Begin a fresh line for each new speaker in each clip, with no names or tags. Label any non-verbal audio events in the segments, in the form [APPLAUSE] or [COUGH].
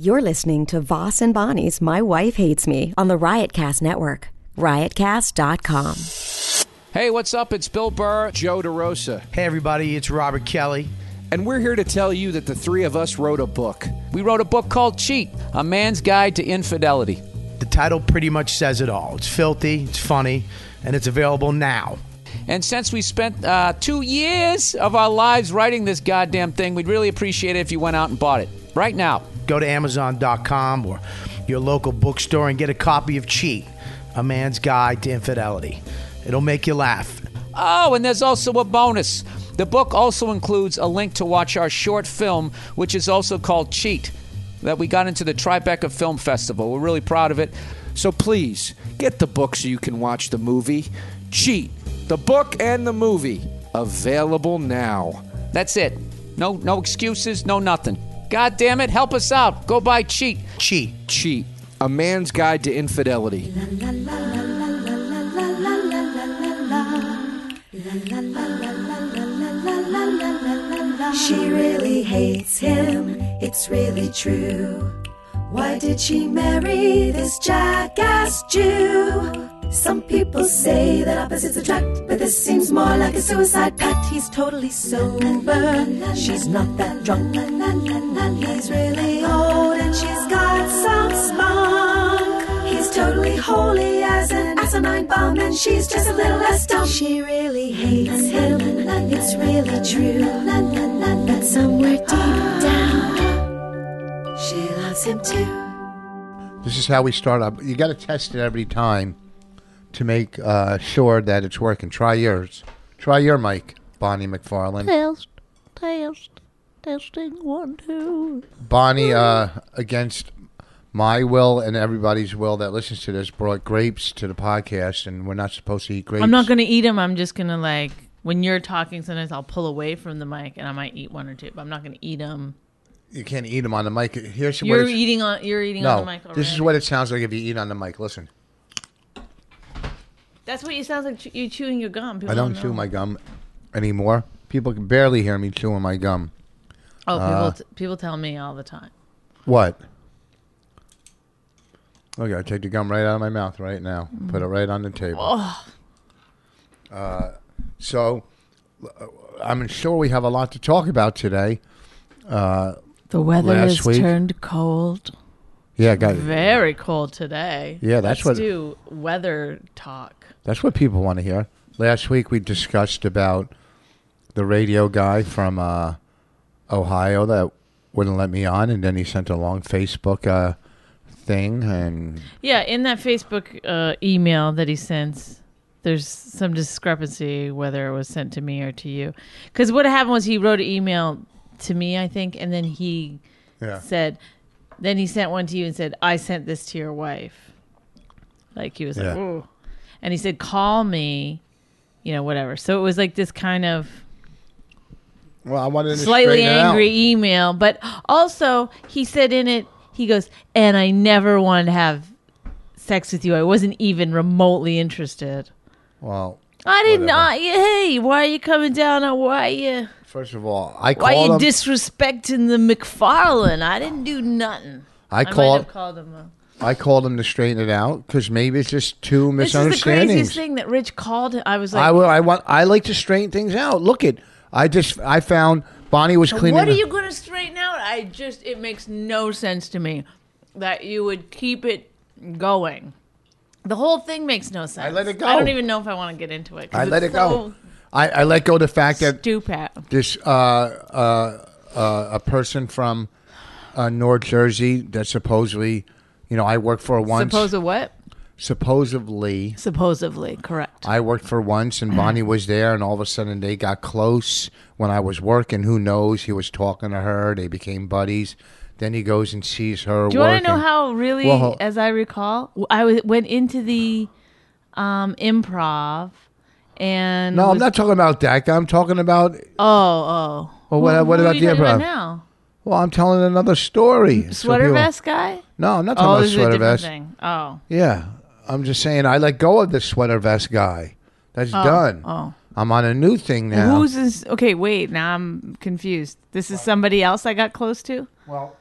You're listening to Voss and Bonnie's My Wife Hates Me on the Riotcast Network, riotcast.com.
Hey, what's up? It's Bill Burr, Joe DeRosa,
Hey, everybody, it's Robert Kelly.
and we're here to tell you that the three of us wrote a book. We wrote a book called Cheat A Man's Guide to Infidelity.
The title pretty much says it all. It's filthy, it's funny, and it's available now.
And since we spent uh, two years of our lives writing this goddamn thing, we'd really appreciate it if you went out and bought it right now.
Go to Amazon.com or your local bookstore and get a copy of Cheat, A Man's Guide to Infidelity. It'll make you laugh.
Oh, and there's also a bonus. The book also includes a link to watch our short film, which is also called Cheat, that we got into the Tribeca Film Festival. We're really proud of it. So please get the book so you can watch the movie. Cheat, the book and the movie available now. That's it. No, no excuses. No nothing. God damn it! Help us out. Go buy Cheat.
Cheat.
Cheat, a man's guide to infidelity.
She really hates him, it's really true. Why did she marry this jackass Jew? Some people say that opposites attract, but this seems more like a suicide pact. He's totally sober, she's not that drunk. He's really old and she's got some spunk. He's totally holy as an asinine bomb, and she's just a little less dumb. She really hates him, it's really true. But somewhere deep down, she loves him too.
This is how we start up. You got to test it every time to make uh, sure that it's working. Try yours. Try your mic, Bonnie
[LAUGHS]
McFarland.
Test, test, testing one, two.
Bonnie, uh, against my will and everybody's will that listens to this, brought grapes to the podcast, and we're not supposed to eat grapes.
I'm not gonna eat them. I'm just gonna like when you're talking. Sometimes I'll pull away from the mic and I might eat one or two, but I'm not gonna eat them.
You can't eat them on the mic. Here's what
You're
it's-
eating on. You're eating
No,
on the mic. Already.
this is what it sounds like if you eat on the mic. Listen,
That's what you sounds like. Ch- you chewing your gum. People
I don't
know.
chew my gum anymore. People can barely hear me chewing my gum.
Oh, people
uh,
t- people tell me all the time.
What? Okay, I take the gum right out of my mouth right now. Put it right on the table. Uh, so uh, I'm sure we have a lot to talk about today.
The weather
Last
has
week.
turned cold.
Yeah, guys,
Very cold today.
Yeah, that's what-
Let's do weather talk.
that's what people want to hear. Last week we discussed about the radio guy from uh, Ohio that wouldn't let me on, and then he sent a long Facebook uh, thing, and
Yeah, in that Facebook uh, email that he sends, there's some discrepancy whether it was sent to me or to you. Because what happened was he wrote an email to me, I think, and then he
Yeah.
said, then he sent one to you and said, I sent this to your wife. Like he was like,
Yeah.
ooh. And he said, call me, you know, whatever. So it was like this kind of
well, I wanted to
slightly
straighten it out.
angry email, but also he said in it, he goes, and I never wanted to have sex with you. I wasn't even remotely interested.
Well,
I did
Whatever.
not. Hey, why are you coming down? on why you
first of all, I
why
called
you
him.
disrespecting the McFarlane? I didn't do nothing.
I
might
called.
have called him. A,
I called him to straighten it out because maybe it's just two
this is the
misunderstandings.
craziest thing that Rich called. him. I was like,
I will. I want. I like to straighten things out. Look at. I just. I found Bonnie was cleaning.
What are
the-
you going to straighten out? I just, it makes no sense to me that you would keep it going. The whole thing makes no sense.
let it
I
go.
don't even know if I want to get into it. 'cause
I let it
it's
go. I, I let go the fact
So
that
stupid.
this uh, uh, uh, a person from uh, North Jersey that supposedly, you know, I worked for once.
Suppose of what?
supposedly,
Supposedly, correct.
I worked for once, and
[CLEARS THROAT]
Bonnie was there, and all of a sudden they got close when I was working. Who knows? He was talking to her. They became buddies. Then he goes and sees her.
Do you want to know how really,
Well-
as I recall, w- I was, went into the um, improv and
No, I'm
was-
not talking about that guy. I'm talking about.
Oh, oh.
Well, what-
Who-
what
who are
about
you
the
talking about
improv?
now?
Well, I'm telling another story. So
Sweater
people-
vest guy?
No, I'm not talking
Oh,
about
this is a
sweater
different
vest.
thing. Oh,
Yeah, I'm just saying I let go of the sweater vest guy. That's done.
oh.
I'm on a new thing now.
Who's this? Okay, wait. Now I'm confused. This is somebody else I got close to.
well,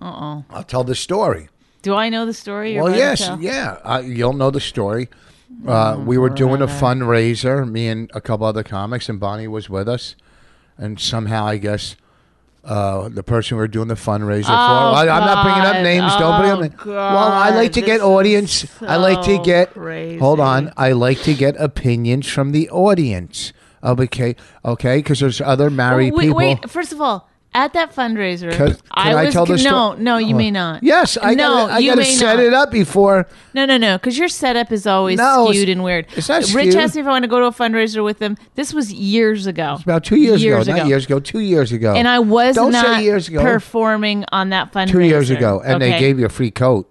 Uh oh.
I'll tell the story.
Do I know the story? you're
well,
about to
yes,
tell?
yeah. Uh, you'll know the story.
Oh,
Uh, we were doing a fundraiser, me and a couple other comics, and Bonnie was with us. And somehow, I guess, uh, the person we were doing the fundraiser for.
Oh,
I, I'm not bringing
God.
up names. Don't bring up
Oh,
names. Well, I like to
God,
get
this
audience.
is
I like to
so
get. Hold
crazy.
on. I like to get opinions from the audience. Okay, okay, because there's other married
Oh, wait,
people.
wait. First of all, at that fundraiser,
Can- can I
was
tell this
no,
sto-
no. You
Oh.
may not.
Yes, I
no.
gotta, I
you
gotta
may
set
not.
it up before.
No, no, no. Because your setup is always
No, it's-
skewed and weird.
it's not
Rich
skewed.
asked me if I want to go to a fundraiser with them. This was years ago. It's
About two years, ago, not years ago, two years ago.
And I was
Don't
not
say years ago.
performing on that fundraiser.
two years ago, and they
Okay.
gave you a free coat.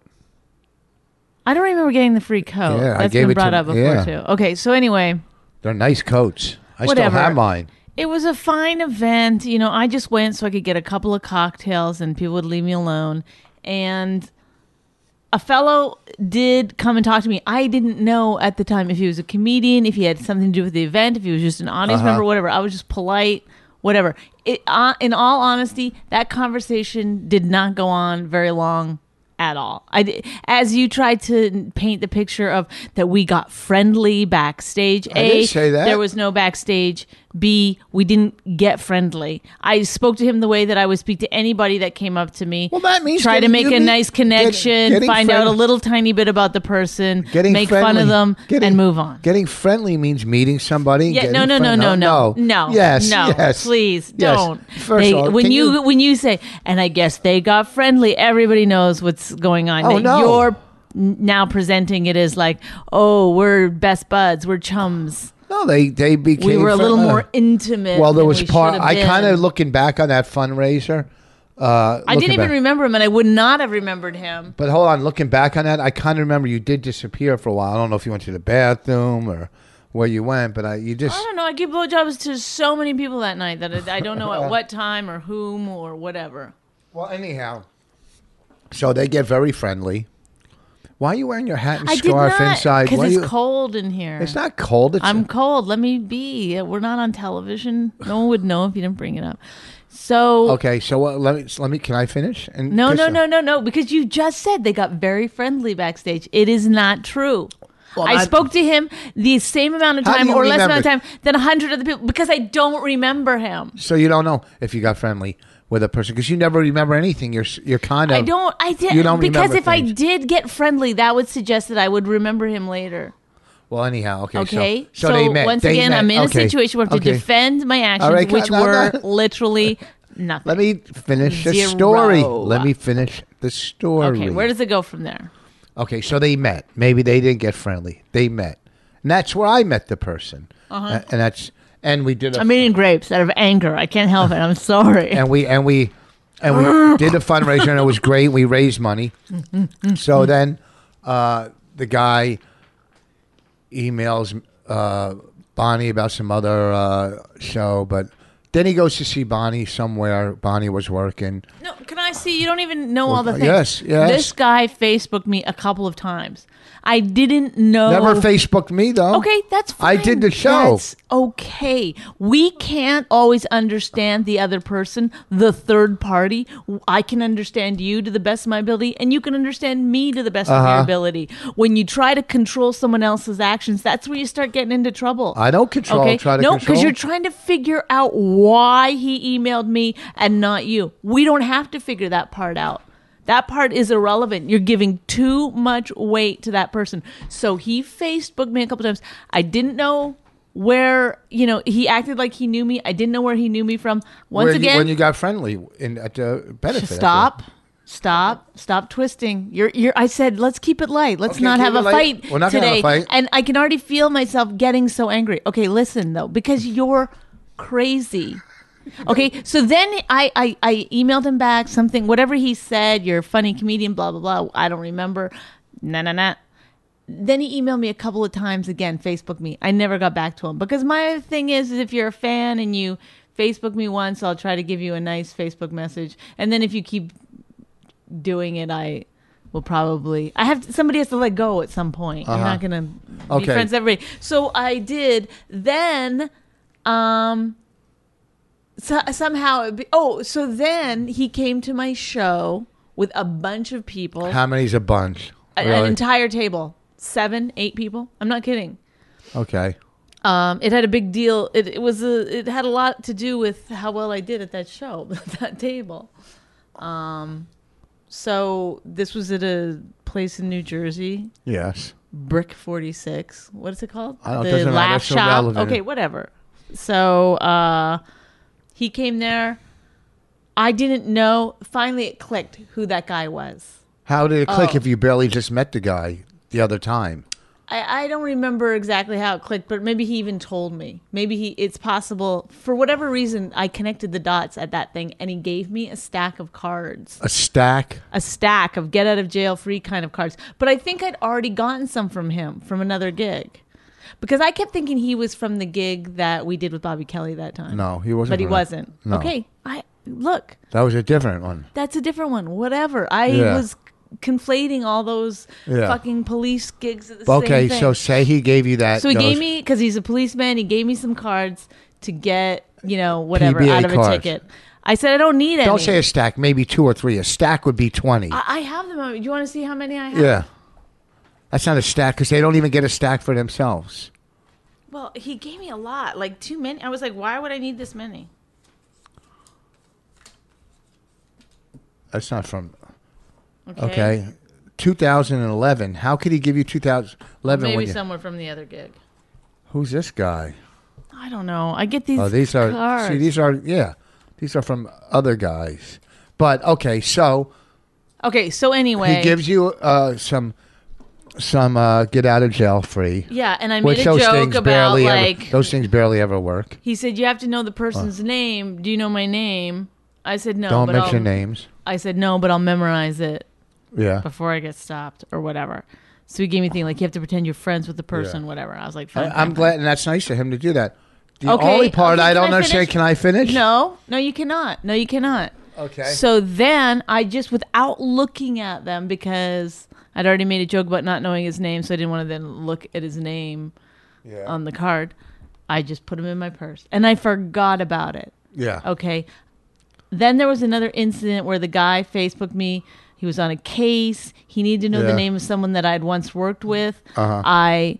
I don't remember getting the free coat.
Yeah, I
That's
gave
been
it to
brought up
him.
before
Yeah.
too. Okay, so anyway,
They're nice coats. I
Whatever.
still have mine.
it was a fine event. You know, I just went so I could get a couple of cocktails and people would leave me alone. And a fellow did come and talk to me. I didn't know at the time if he was a comedian, if he had something to do with the event, if he was just an audience
Uh-huh.
member, whatever. I was just polite, whatever. It, uh, in all honesty, that conversation did not go on very long at all. I di- as you tried to paint the picture of that we got friendly backstage. A,
didn't say that.
There was no backstage. B, we didn't get friendly. I spoke to him the way that I would speak to anybody that came up to me.
Well, that means
try to
getting-
make
you
a
mean-
nice connection,
get- getting
find out a
friend-
little tiny bit about the person,
Getting
make
friendly.
fun of them,
Getting-
and move on.
Getting friendly means meeting somebody. and
yeah,
getting
no, no, no,
friend-
no, no, no,
Yes,
no.
yes.
Please
yes.
don't.
First
They-
of all,
when
can
you, when you say, and I guess they got friendly, everybody knows what's going on.
Oh,
that
no.
You're n- now presenting it as like, oh, we're best buds, we're chums.
no, they they became.
We were a
friend-
little
uh,
more intimate.
Well, there
than
was
we
part.
should
I
have
kind
been.
of looking back on that fundraiser. Uh,
I didn't
looking
even
back-
remember him, and I would not have remembered him.
But hold on, looking back on that, I kind of remember you did disappear for a while. I don't know if you went to the bathroom or where you went, but I, you just
I don't know. I gave blowjobs to so many people that night that I, I don't
[LAUGHS]
know at what time or whom or whatever.
Well, anyhow, so they get very friendly. Why are you wearing your hat and
I did
scarf
not
inside?
because
Why
it's
you-
cold in here.
It's not cold. It's
I'm cold. Let me be. Uh, We're not on television. No one would know if you didn't bring it up. So
okay. So uh, let me let me. Can I finish? And
no,
kiss
no,
them.
no, no, no. Because you just said they got very friendly backstage. It is not true.
Well,
I
I-
spoke to him the same amount of
How do
time
you
or less amount
remember?
of time than a hundred other people because I don't remember him.
So you don't know if you got friendly with a person because you never remember anything. You're s- you're kind of.
I don't. I did
You don't
because
remember
if I
things.
did get friendly, that would suggest that I would remember him later.
Well, anyhow, okay. so-
Okay.
So, they met.
once
They
again,
met.
I'm in
Okay.
a situation where I have
Okay.
to defend my actions,
All right,
which
no, no,
were
no.
literally nothing.
[LAUGHS] Let me finish the
Zero.
story. Let me finish the story.
Okay, where does it go from there?
Okay, so they met. Maybe they didn't get friendly. They met, and that's where I met the person. Uh-huh. And that's and we did. a-
I'm eating grapes out of anger. I can't help
[LAUGHS]
it. I'm sorry.
and we and we and
[LAUGHS]
we did a fundraiser, and it was great. We raised money. so then, uh, the guy emails uh, Bonnie about some other uh, show, but then he goes to see Bonnie somewhere. Bonnie was working.
no, can I see? You don't even know all the things.
uh, yes, yes.
This guy Facebooked me a couple of times. I didn't know.
Never Facebooked me though.
Oh. Okay, that's
I
fine.
did the show.
That's okay. We can't always understand the other person, the third party. I can understand you to the best of my ability, and you can understand me to the best of
Uh-huh.
your ability. When you try to control someone else's actions, that's where you start getting into trouble.
I don't control.
Okay.
Try to
no,
control.
because you're trying to figure out why he emailed me and not you. We don't have to figure that part out. That part is irrelevant. You're giving too much weight to that person. So he Facebooked me a couple times. I didn't know where you know he acted like he knew me. I didn't know where he knew me from. Once
Where you-
again,
when you got friendly in at the benefit. after.
stop. Stop! Stop twisting. You're, you're. I said, let's keep it light. Let's
Okay,
not
keep
have
it
a
light.
fight
We're not gonna
today.
have a fight.
And I can already feel myself getting so angry. Okay, listen though, because you're crazy. Okay, so then I, I I emailed him back something, whatever he said. You're a funny comedian, blah blah blah. I don't remember. Nah nah nah. Then he emailed me a couple of times again, Facebook me. I never got back to him because my thing is, is if you're a fan and you Facebook me once, I'll try to give you a nice Facebook message, and then if you keep doing it, I will probably. I have somebody has to let go at some point. You're not gonna be
Uh-huh. Okay.
friends with everybody. So I did. Then, um, so, somehow it be, oh, so then he came to my show with a bunch of people,
How many's a bunch?
a- an
Really?
entire table, seven, eight people. I'm not kidding.
okay.
Um, it had a big deal. It, it was a, it had a lot to do with how well I did at that show, [LAUGHS] at that table. Um, so this was at a place in New Jersey,
Yes.
Brick Forty Six. What is it called?
I don't- doesn't matter. It's irrelevant.
Okay, whatever. So uh, he came there. I didn't know. Finally, it clicked who that guy was.
How did it
Oh.
click if you barely just met the guy the other time?
I, I don't remember exactly how it clicked, but maybe he even told me. Maybe he it's possible for whatever reason I connected the dots at that thing and he gave me a stack of cards.
A stack?
A stack of get out of jail free kind of cards. But I think I'd already gotten some from him from another gig. Because I kept thinking he was from the gig that we did with Bobby Kelly that time.
No, he wasn't
But he
from that.
wasn't.
No.
Okay. I look,
That was a different one.
that's a different one. Whatever. I
Yeah.
was conflating all those
Yeah.
fucking police gigs at the same
Okay,
thing.
so say he gave you that.
So he
those-
gave me because he's a policeman. He gave me some cards to get you know whatever
PBA
out of a
cards.
ticket. I said I don't need any.
Don't say a stack, maybe two or three. A stack would be 20.
I I have them. Do you want to see how many I have?
yeah. That's not a stack because they don't even get a stack for themselves.
Well, he gave me a lot, like too many. I was like, why would I need this many?
That's not from. Okay. 2011. How could he give you 2011
Maybe
when you.
someone from the other gig.
who's this guy?
I don't know. I get these.
Oh, these are
cards.
see, these are yeah, these are from other guys. But okay, so
okay, so anyway,
he gives you uh, some some uh, get out of jail free,
yeah, and I made
which
a
those
joke
things
about
barely
like
ever, those things barely ever work.
he said you have to know the person's name. Do you know my name? I said no.
Don't
but
mention
I'll-
names.
I said no, but I'll memorize it.
Yeah,
before I get stopped or whatever. So he gave me a thing like you have to pretend you're friends with the person, whatever. I was like,
I,
fine.
I'm
fine,
glad, and that's nice of him to do that. The
Okay,
only part
okay,
I
can
don't
I
understand.
finish?
Can I finish?
fine. [LAUGHS] No, no, you cannot. No, you cannot.
Okay.
So then I just, without looking at them, because I'd already made a joke about not knowing his name, so I didn't want to then look at his name
yeah.
on the card. I just put him in my purse and I forgot about it.
yeah.
Okay. Then there was another incident where the guy Facebooked me. He was on a case. He needed to know
Yeah. Uh-huh.
the name of someone that I had once worked with. I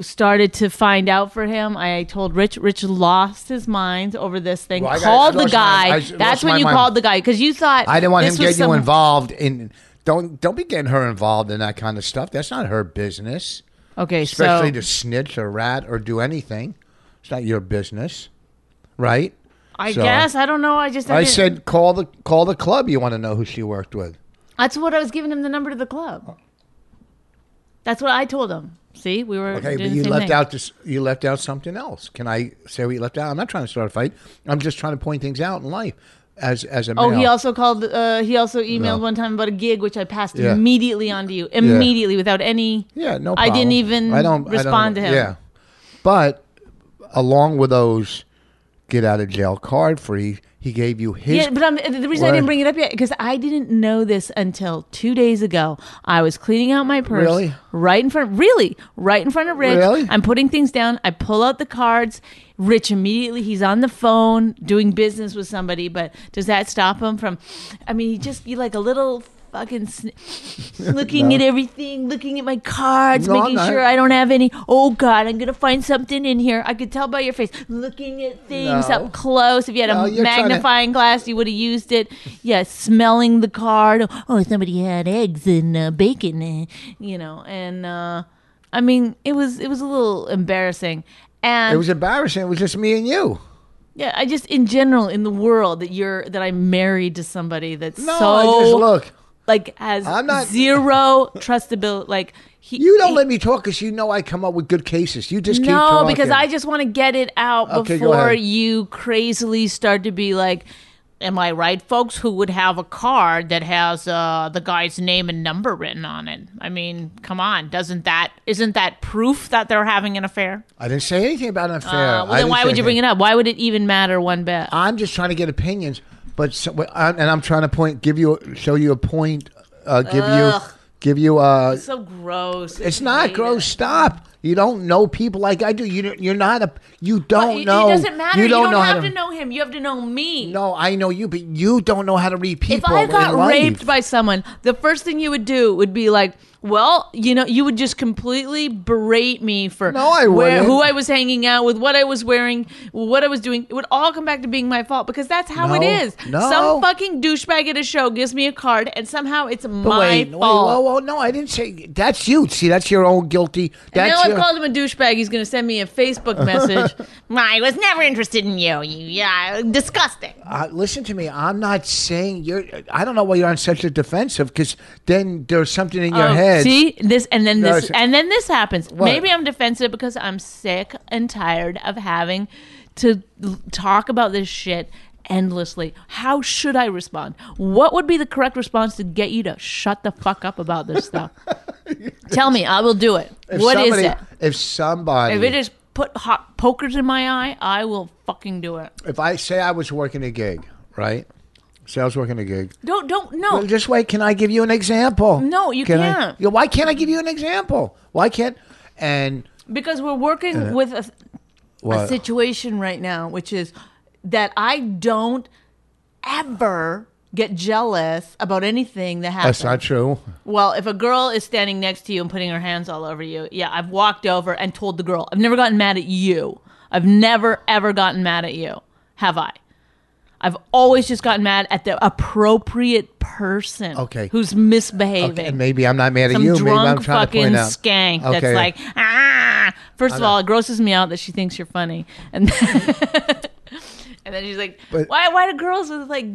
started to find out for him. I told Rich. Rich lost his mind over this thing.
Well, I got-
called
I
the
lost my-
guy.
I
That's
lost
when
my
you
mind.
called the guy because you thought
I didn't want him
this
getting
was
you
some-
involved in. Don't don't be getting her involved in that kind of stuff. That's not her business.
Okay,
especially
so
to snitch or rat or do anything. It's not your business, right?
I
so-
guess I don't know. I just I,
I
didn't-
said call the call the club. You want to know who she worked with?
that's what I was giving him the number to the club. That's what I told him. See, we were
Okay,
doing
but
the
you
same
left
thing.
out this. You left out something else. Can I say what you left out? I'm not trying to start a fight. I'm just trying to point things out in life. As as a
Oh,
male.
he also called. Uh, he also emailed
No.
one time about a gig, which I passed
Yeah.
immediately on to you, immediately without any.
Yeah, no.
I
Problem.
didn't even
I don't I don't-
respond to him.
Yeah, but along with those get out of jail card free, he gave you his.
Yeah, but I'm, the reason I
Why?
didn't bring it up yet because I didn't know this until two days ago. I was cleaning out my purse,
Really?
right in front, really, right in front of Rich.
Really?
I'm putting things down. I pull out the cards. Rich immediately he's on the phone doing business with somebody. But does that stop him from? I mean, he just be like a little
[LAUGHS]
fucking sn- looking at everything, looking at my cards,
No, I'm
making
not.
sure I don't have any. Oh God, I'm gonna find something in here. I could tell by your face, looking at things
No.
up close. If you had
No,
a
Oh, you're trying to-
magnifying glass, you would have used it. Yeah, smelling the card. Oh, somebody had eggs and uh, bacon, eh, you know. And uh, I mean, it was it was a little embarrassing. And
it was embarrassing. It was just me and you.
yeah, I just in general in the world that you're that I'm married to somebody that's
No,
so
I just look.
like has
I'm not-
zero trustability. Like he,
You don't
he-
let me talk because you know I come up with good cases. You just keep
no,
talking.
because I just want to get it out
Okay, go
before
ahead.
you crazily start to be like, "Am I right, folks?" Who would have a card that has uh, the guy's name and number written on it? I mean, come on, doesn't that isn't that proof that they're having an affair?
I didn't say anything about an affair.
Uh, well, then why would you bring it up? Why would it even matter one bit? Oh,
I'm just trying to get opinions, but so, wh- I'm- and I'm trying to point, give you, show you a point, uh, give you, give you. Uh,
so gross.
it's not gross. Stop. You don't know people like I do. You don't- you're not a you don't
it,
know.
It doesn't matter.
You don't, know how
have to, know him. You have to know me.
No, I know you, but you don't know how to read people.
if I got
in life.
raped by someone, the first thing you would do would be like, well, you know, you would just completely berate me for
No, I wouldn't.
who I was hanging out with, what I was wearing, what I was doing. It would all come back to being my fault because that's how it
No,
is.
no.
Some fucking douchebag at a show gives me a card and somehow it's
But
my
wait, wait,
fault.
whoa, whoa, no, I didn't say that's you. See, that's your own guilty.
And
That's
now
your,
I've called him a douchebag. He's going to send me
[LAUGHS]
a Facebook message. I was never interested in you. You, yeah, disgusting.
uh, listen to me. I'm not saying you're. I don't know why you're on such a defensive because then there's something in your
Oh,
head.
See this, and then
No,
this,
it's-
and then this happens. Maybe I'm defensive because I'm sick and tired of having to l- talk about this shit endlessly. How should I respond? What would be the correct response to get you to shut the fuck up about this stuff?
[LAUGHS]
Tell me, I will do it. What
If
is
somebody,
it?
If somebody,
If it is put hot pokers in my eye, I will fucking do it.
if I say I was working a gig, right? Say I was working a gig.
Don't don't no.
Well, just wait. Can I give you an example?
No, you
Can I-
can't.
Yeah, why can't I give you an example? Why can't? And
because we're working with a, a
What?
situation right now, which is that I don't ever get jealous about anything that happens.
that's not true.
Well, if a girl is standing next to you and putting her hands all over you, yeah, I've walked over and told the girl. I've never gotten mad at you. I've never ever gotten mad at you, have I? I've always just gotten mad at the appropriate person
Okay.
who's misbehaving
Okay, maybe I'm not mad at
some
you. Maybe I'm
drunk
trying to
fucking
point out.
skank that's
Okay.
like ah. First of all, it grosses me out that she thinks you're funny, and then, [LAUGHS] and then she's like,
But-
why? Why do girls with like?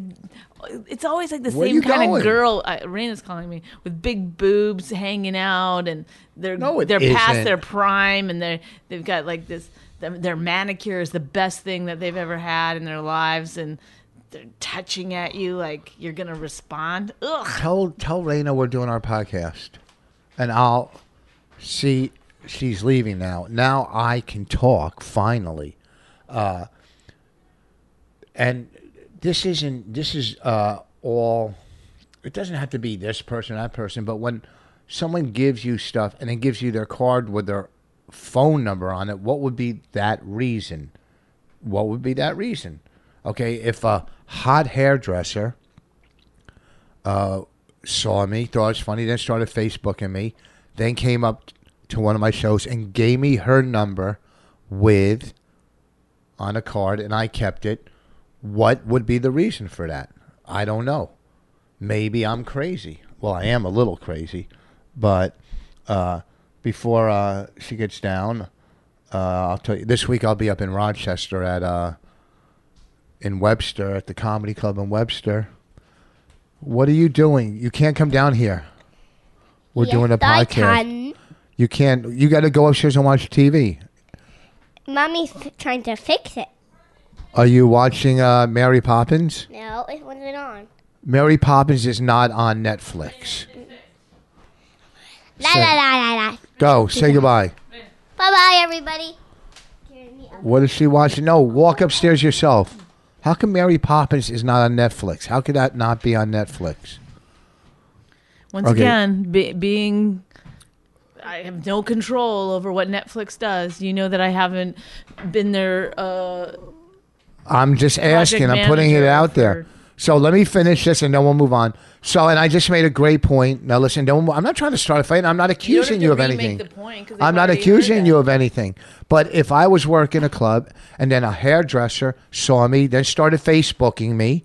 It's always like the
Where
same
you
kind
going?
of girl. I, Raina's calling me with big boobs hanging out, and they're
No, it
they're past
isn't.
their prime, and they they've got like this. Their, their manicure is the best thing that they've ever had in their lives, and they're touching at you like you're gonna respond. Ugh.
tell tell Raina we're doing our podcast, and I'll see. She's leaving now. Now I can talk finally. Uh, and this isn't. This is uh, all. It doesn't have to be this person, that person, but when someone gives you stuff and then gives you their card with their phone number on it, what would be that reason? What would be that reason? Okay, if a hot hairdresser saw me, thought it was funny, then started Facebooking me, then came up to one of my shows and gave me her number with on a card and I kept it. What would be the reason for that? I don't know. Maybe I'm crazy. Well, I am a little crazy, but uh, before uh, she gets down, uh, I'll tell you. This week I'll be up in Rochester at uh, in Webster at the Comedy Club in Webster. What are you doing? You can't come down here. We're doing a
I
podcast.
can.
You can't. You got to go upstairs and watch TV.
Mommy's f- trying to fix it.
Are you watching uh, Mary Poppins?
No, it wasn't on.
Mary Poppins is not on Netflix.
La la la la la.
Go, say goodbye.
Bye bye, everybody.
What is she watching? No, walk upstairs yourself. How come Mary Poppins is not on Netflix? How could that not be on Netflix?
Once
Okay.
again, be, being I have no control over what Netflix does. You know that I haven't been there. Uh,
I'm just asking. I'm putting it
manager
out
for-
there. So let me finish this and then we'll move on. So, and I just made a great point. Now, listen, don't, I'm not trying to start a fight. and I'm not
don't have
accusing
to
you of
remake
anything.
the point, 'cause they've
I'm not
already heard
accusing
that.
you of anything. But if I was working a club and then a hairdresser saw me, then started Facebooking me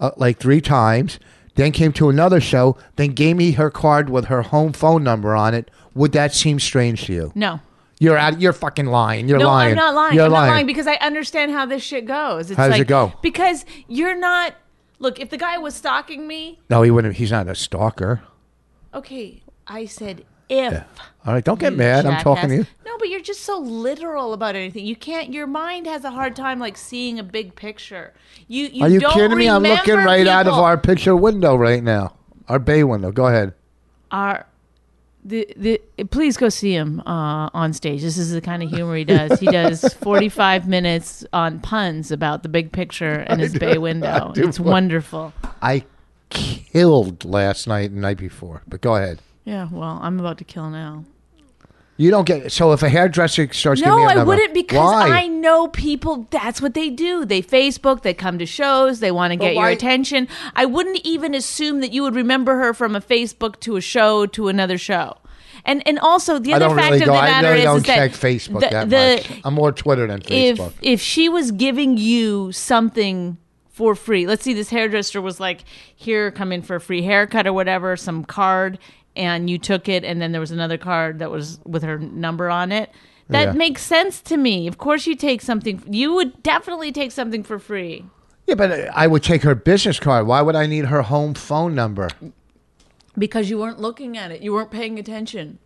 uh, like three times, then came to another show, then gave me her card with her home phone number on it, would that seem strange to you?
no,
You're out. You're fucking lying. You're
no,
lying.
I'm not lying.
You're
I'm
lying.
not lying because I understand how this shit goes. It's
How does
like,
it go?
Because you're not. Look, if the guy was stalking me,
no, he wouldn't. He's not a stalker.
okay, I said if.
All right, don't get
you
mad. I'm talking to you.
jackass. No, but you're just so literal about anything. You can't. Your mind has a hard time like seeing a big picture. You, you
Are you
don't
kidding me? I'm looking
remember
right out of
people.
our picture window right now, our bay window. Go ahead.
our the the please go see him uh, on stage. This is the kind of humor he does. He does
[LAUGHS]
forty five minutes on puns about the big picture and his bay window.
do
It's wonderful.
I killed last night and night before, but go ahead.
Yeah, well, I'm about to kill now.
You don't get so if a hairdresser starts
No,
giving me a
I
number,
wouldn't because
why?
I know people. That's what they do. They Facebook. They come to shows. They want to get your
why-
attention. I wouldn't even assume that you would remember her from a Facebook to a show to another show. And and also the
I
other
don't
fact
really
of
go.
the
I
matter
really
is,
don't
is
check
that
Facebook
the-
that
the-
much. I'm more Twitter than
if
Facebook.
if she was giving you something for free let's see this hairdresser was like here come in for a free haircut or whatever some card and you took it and then there was another card that was with her number on it that
Yeah.
makes sense to me of course you take something you would definitely take something for free
yeah, but uh, I would take her business card. Why would I need her home phone number?
because you weren't looking at it you weren't paying attention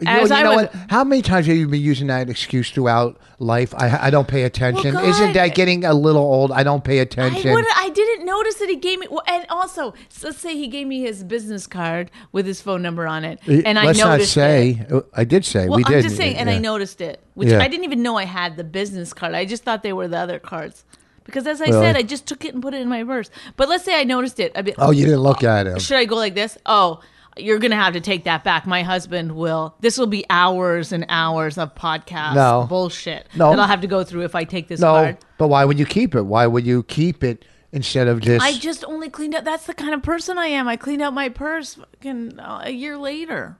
You,
As
you
I
know
was-
what? How many times have you been using that excuse throughout life? I, I don't pay attention.
God.
Isn't that getting a little old? I don't pay attention.
I would. I didn't notice that he gave me. well, And also, so let's say he gave me his business card with his phone number on it,
It-
and I
Let's
noticed.
not
it.
say. I did say
Well,
we
I'm
did.
just saying, and I
yeah.
noticed it, which
Yeah.
I didn't even know I had the business card. I just thought they were the other cards. Because as I
Really?
said, I just took it and put it in my purse. But let's say I noticed it. I'd be,
Oh, you didn't look at him.
Should I go like this? Oh, you're going to have to take that back. My husband will. This will be hours and hours of podcast
No.
bullshit
No.
that I'll have to go through if I take this
No,
card.
but why would you keep it? Why would you keep it instead of just?
I just only cleaned up. That's the kind of person I am. I cleaned out my purse fucking uh, a year later.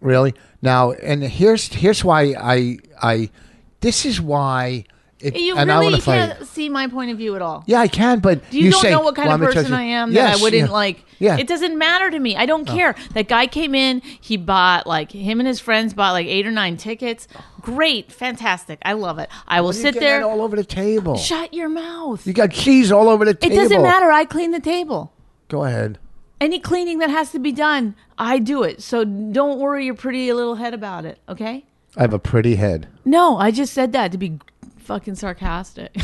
Really? Now, and here's here's why I I this is why it,
You
and I
really
want to fight.
can't see my point of view at all.
Yeah, I can, but
You, don't
say,
know what kind
well,
of
I'm a
person
judge-
I am that
Yes,
I wouldn't
yeah.
like.
Yeah, Oh.
It doesn't matter to me. I don't care. That guy came in, he bought like him and his friends bought like eight or nine tickets. Great, fantastic. I love it. I will
You
sit
get that
there.
all over the table.
Shut your mouth.
you got cheese all over the
it
table.
doesn't matter. I clean the table.
Go ahead.
Any cleaning that has to be done, I do it. So don't worry your pretty little head about it, okay?
I have a pretty head.
No, I just said that to be fucking sarcastic. [LAUGHS]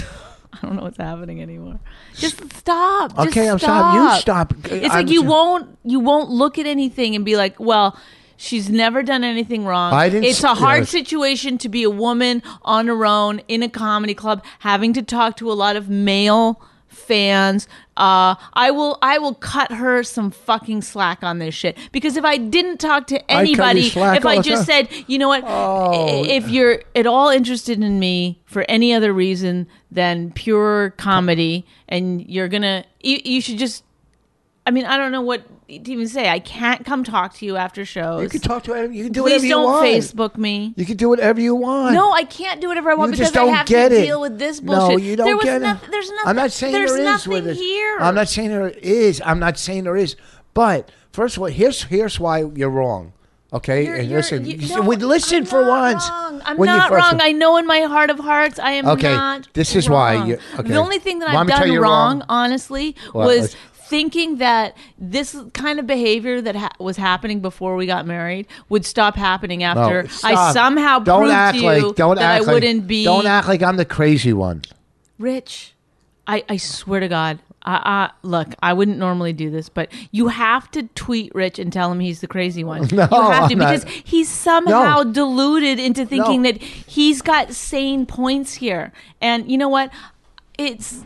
I don't know what's happening anymore. Just stop. Just
Okay, I'm
stop.
sorry. You stop.
It's
I'm
like you
ju-
won't you won't look at anything and be like, well, she's never done anything wrong.
I didn't
it's
s-
a hard
yes.
situation to be a woman on her own in a comedy club, having to talk to a lot of male fans. Uh, I will I will cut her some fucking slack on this shit because if I didn't talk to
cut you
anybody,
slack
if
all
I
the
just
time. Oh,
said, you know what, I- if you're at all interested in me for any other reason than pure comedy, and you're gonna, you, you should just. I mean, I don't know what to even say. I can't come talk to you after shows.
You can talk to him. You can do
Please
whatever you
don't
want.
Facebook me.
You can do whatever you want.
No, I can't do whatever I want
you
because
just don't
I have
get
to
it.
deal with this
no,
bullshit.
you don't
there was
get
nothing.
it.
There's nothing.
I'm not saying
there's
there is
nothing
with it.
here.
I'm not saying there is. I'm not saying there is. But first of all, here's here's why you're wrong. Okay,
You're-
and
you're-
listen,
you-
you-
no,
we listen
I'm
for
not
once.
wrong. I'm
when you
not
first-
wrong. I know in my heart of hearts, I am
Okay,
not.
this is why
wrong.
you- okay.
The only thing that
Well,
I've
I'ma tell
done
you
wrong,
wrong.
honestly,
Well,
was
let's-
thinking that this kind of behavior that ha- was happening before we got married would stop happening after I
stop.
somehow
don't
proved
act
to you
like, don't
that
act
I
like-
wouldn't be
Don't act like I'm the crazy one.
rich. I, I swear to God. I, I look. I wouldn't normally do this, but you have to tweet Rich and tell him he's the crazy one.
[LAUGHS] No,
you have to
I'm not.
because he's somehow
No.
deluded into thinking
No.
that he's got sane points here. And you know what? It's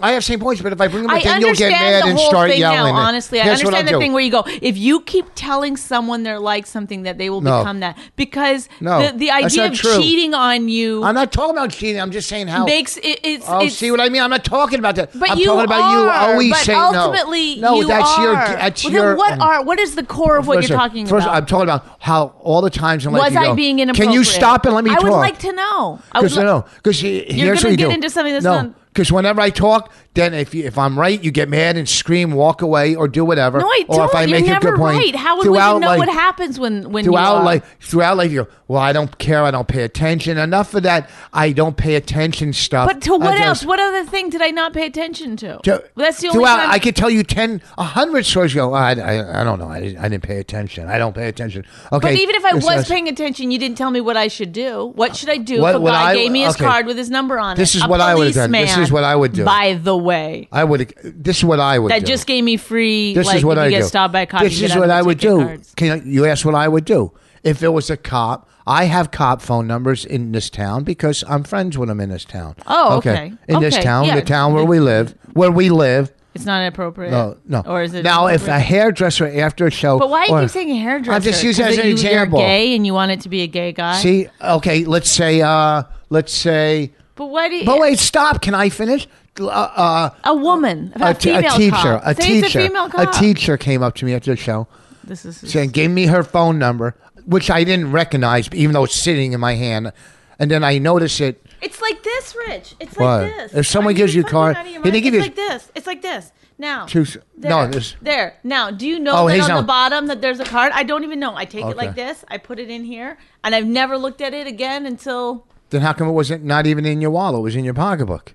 I have same points, but if I bring them,
I
up, then you'll get
understand
mad
the
and
whole
start
thing
yelling.
now.
at-
Honestly, I
Here's what
understand
I'll
the
do.
thing where you go if you keep telling someone they're like something that they will
No.
become that because
No,
the, the
that's
idea
not
of
true.
cheating on you
I'm not talking about cheating. I'm just saying how
makes it, it's
Oh,
it's
see what I mean? I'm not talking about that.
But
I'm
you
talking about you
are,
always
but
saying no.
ultimately
no.
you
that's
are.
your. That's
well,
your. um,
Then what are what is the core of what
Listen,
you're talking
first,
about?
I'm talking about how all the times in life
was
you go,
I being inappropriate?
Can you stop and let me
I
talk?
would like to know. I would
Because
li-
no, because here's
gonna
what you
get
do.
into something that's
no,
not-
because whenever I talk, then if you, if I'm right, you get mad and scream, walk away, or do whatever.
No, I don't.
Or if I
you're
make
never
a good point,
right. How would we
throughout
even know
life-
what happens when when you
Throughout
are?
life, throughout life, you go, well, I don't care. I don't pay attention. Enough of that. I don't pay attention stuff.
But to
uh, I
what
just-
else? What other thing did I not pay attention to?
to-
That's the only
throughout,
time.
I could tell you 10, 100 stories. You go, I, I, I don't know. I didn't, I didn't pay attention. I don't pay attention. Okay.
but even if I
this-
was
this-
paying attention, you didn't tell me what I should do. What should I do
What
if a
would
guy
I-
gave me his
okay.
card with his number on it?
This is
A
what I would've done. This
policeman,
is what I would do.
By the way,
I would. This is what I would.
that
do.
just gave me free.
This
like,
is what
if you
I
get
do.
Stopped by a cop. you
this
get
is
out
what
the
I would
ticket
do.
cards.
Can I, you ask what I would do if it was a cop? I have cop phone numbers in this town because I'm friends with them in this town.
Oh, okay.
In this
Okay,
town,
yeah.
the town where we live, where we live,
It's not appropriate.
No, no.
Or is it
now? If a
appropriate?
hairdresser after a show,
But why do you
or-
keep saying hairdresser?
I'm just using it
'Cause
as an
you-
example.
You're gay and you want it to be a gay guy.
See, okay, let's say, uh, let's say.
but why do you?
But wait, stop! Can I finish? Uh, uh,
a woman, a,
a, t- a
female
teacher,
cop.
a
Say it's
teacher,
a female cop.
teacher came up to me after the show,
This is
saying, gave me her phone number, which I didn't recognize, even though it's sitting in my hand. And then I notice it.
It's like this, Rich. It's
What?
like this.
If someone
Are
gives you a
fucking
card-
out of your
He didn't
mind?
give
it's
you-
like this. It's like this. Now.
Choose-
There.
no, this-
There. Now, do you know
Oh,
that
he's
on the
not-
bottom that there's a card? I don't even know. I take it like
Okay.
this. I put it in here, and I've never looked at it again until.
Then how come it wasn't not even in your wallet? It was in your pocketbook.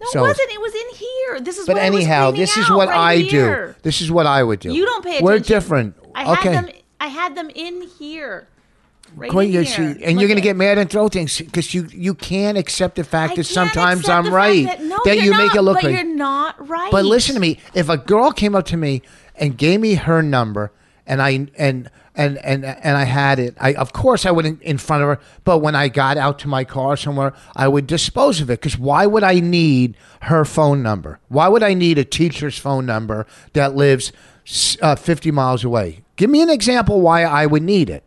No,
So-
it wasn't. It was in here. This is.
But
what I
anyhow,
was cleaning
this is
out
what
right
I
here.
do. This is what I would do.
You don't pay attention.
We're different.
I had
okay.
them. I had them in here. Right
Quit
in
your-
here.
see, and you're
Look
going to
at-
get mad and throw things because you, you can't accept the
I
fact that
can't
sometimes
accept
I'm
the fact
right.
That, no,
that
you're
you make
not,
it look
but
like
you're not right.
But listen to me. If a girl came up to me and gave me her number, and I and and and and I had it, I of course I wouldn't in front of her. But when I got out to my car somewhere, I would dispose of it because why would I need her phone number? Why would I need a teacher's phone number that lives s- uh, fifty miles away? Give me an example why I would need it.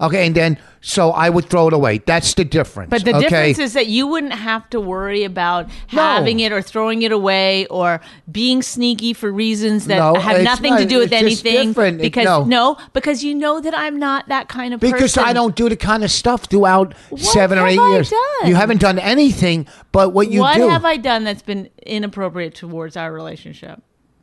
Okay, and then so I would throw it away. That's the difference.
But the
okay?
difference is that you wouldn't have to worry about having it or throwing it away or being sneaky for reasons that
No,
have
it's
nothing
not-
to do with
it's just
anything.
different. It-
Because
no.
because you know that I'm not that kind of person.
Because I don't do the kind of stuff throughout seven or
have
eight
I
years.
done?
You haven't done anything but what you
what
do.
have I done that's been inappropriate towards our relationship?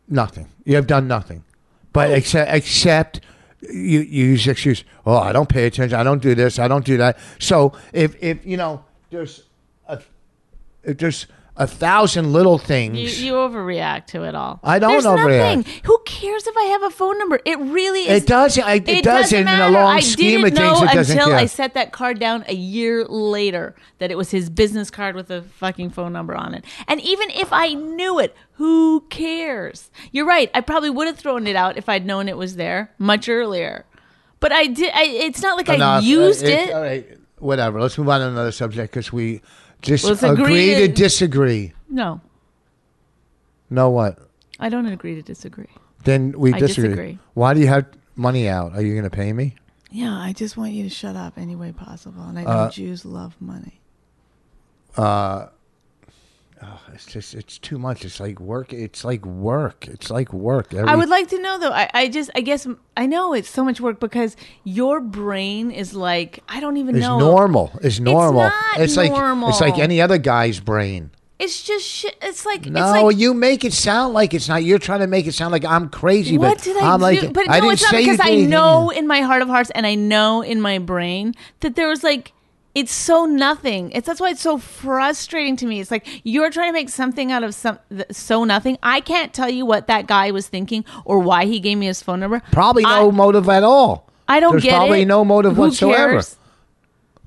Nothing. You have done nothing. But except except you, you use the excuse. Oh, I don't pay attention. I don't do this. I don't do that. So if if you know there's a if there's a thousand little things.
You, you overreact to it all.
I don't
There's
overreact.
Nothing. Who cares if I have a phone number? It really is.
It doesn't- I- it doesn't in the
matter.
long
I
scheme
didn't
of things,
know
it doesn't
until I
care.
set that card down a year later that it was his business card with a fucking phone number on it. And even if I knew it, who cares? You're right. I probably would have thrown it out if I'd known it was there much earlier. But I did. I, it's not like I
Enough.
used
Uh, it's-
it.
All right, whatever. Let's move on to another subject because we just
Let's
agree,
agree
to
to-
disagree.
No,
No, what?
I don't agree to disagree.
Then we
I disagree.
Why do you have money out? Are you going to pay me?
Yeah, I just want you to shut up any way possible. And I know
Uh,
Jews love money.
It's just it's too much. It's like work. It's like work. It's like work.
I would like to know though. I, I just, I guess, I know it's so much work because your brain is like, I don't even
It's
know.
normal. It's normal.
not normal.
like it's like any other guy's brain.
It's just shit. It's like, it's
No,
like,
you make it sound like it's not. You're trying to make it sound like I'm crazy.
what
but
did I
I'm
do?
Like,
but no,
I didn't
it's not
say you
because
did
I
anything.
know in my heart of hearts and I know in my brain that there was like, it's so nothing. It's that's why it's so frustrating to me. It's like you're trying to make something out of some th- so nothing. I can't tell you what that guy was thinking or why he gave me his phone number.
Probably
I-
no motive at all.
I don't
There's
get
probably
it.
no motive
Who
whatsoever.
cares?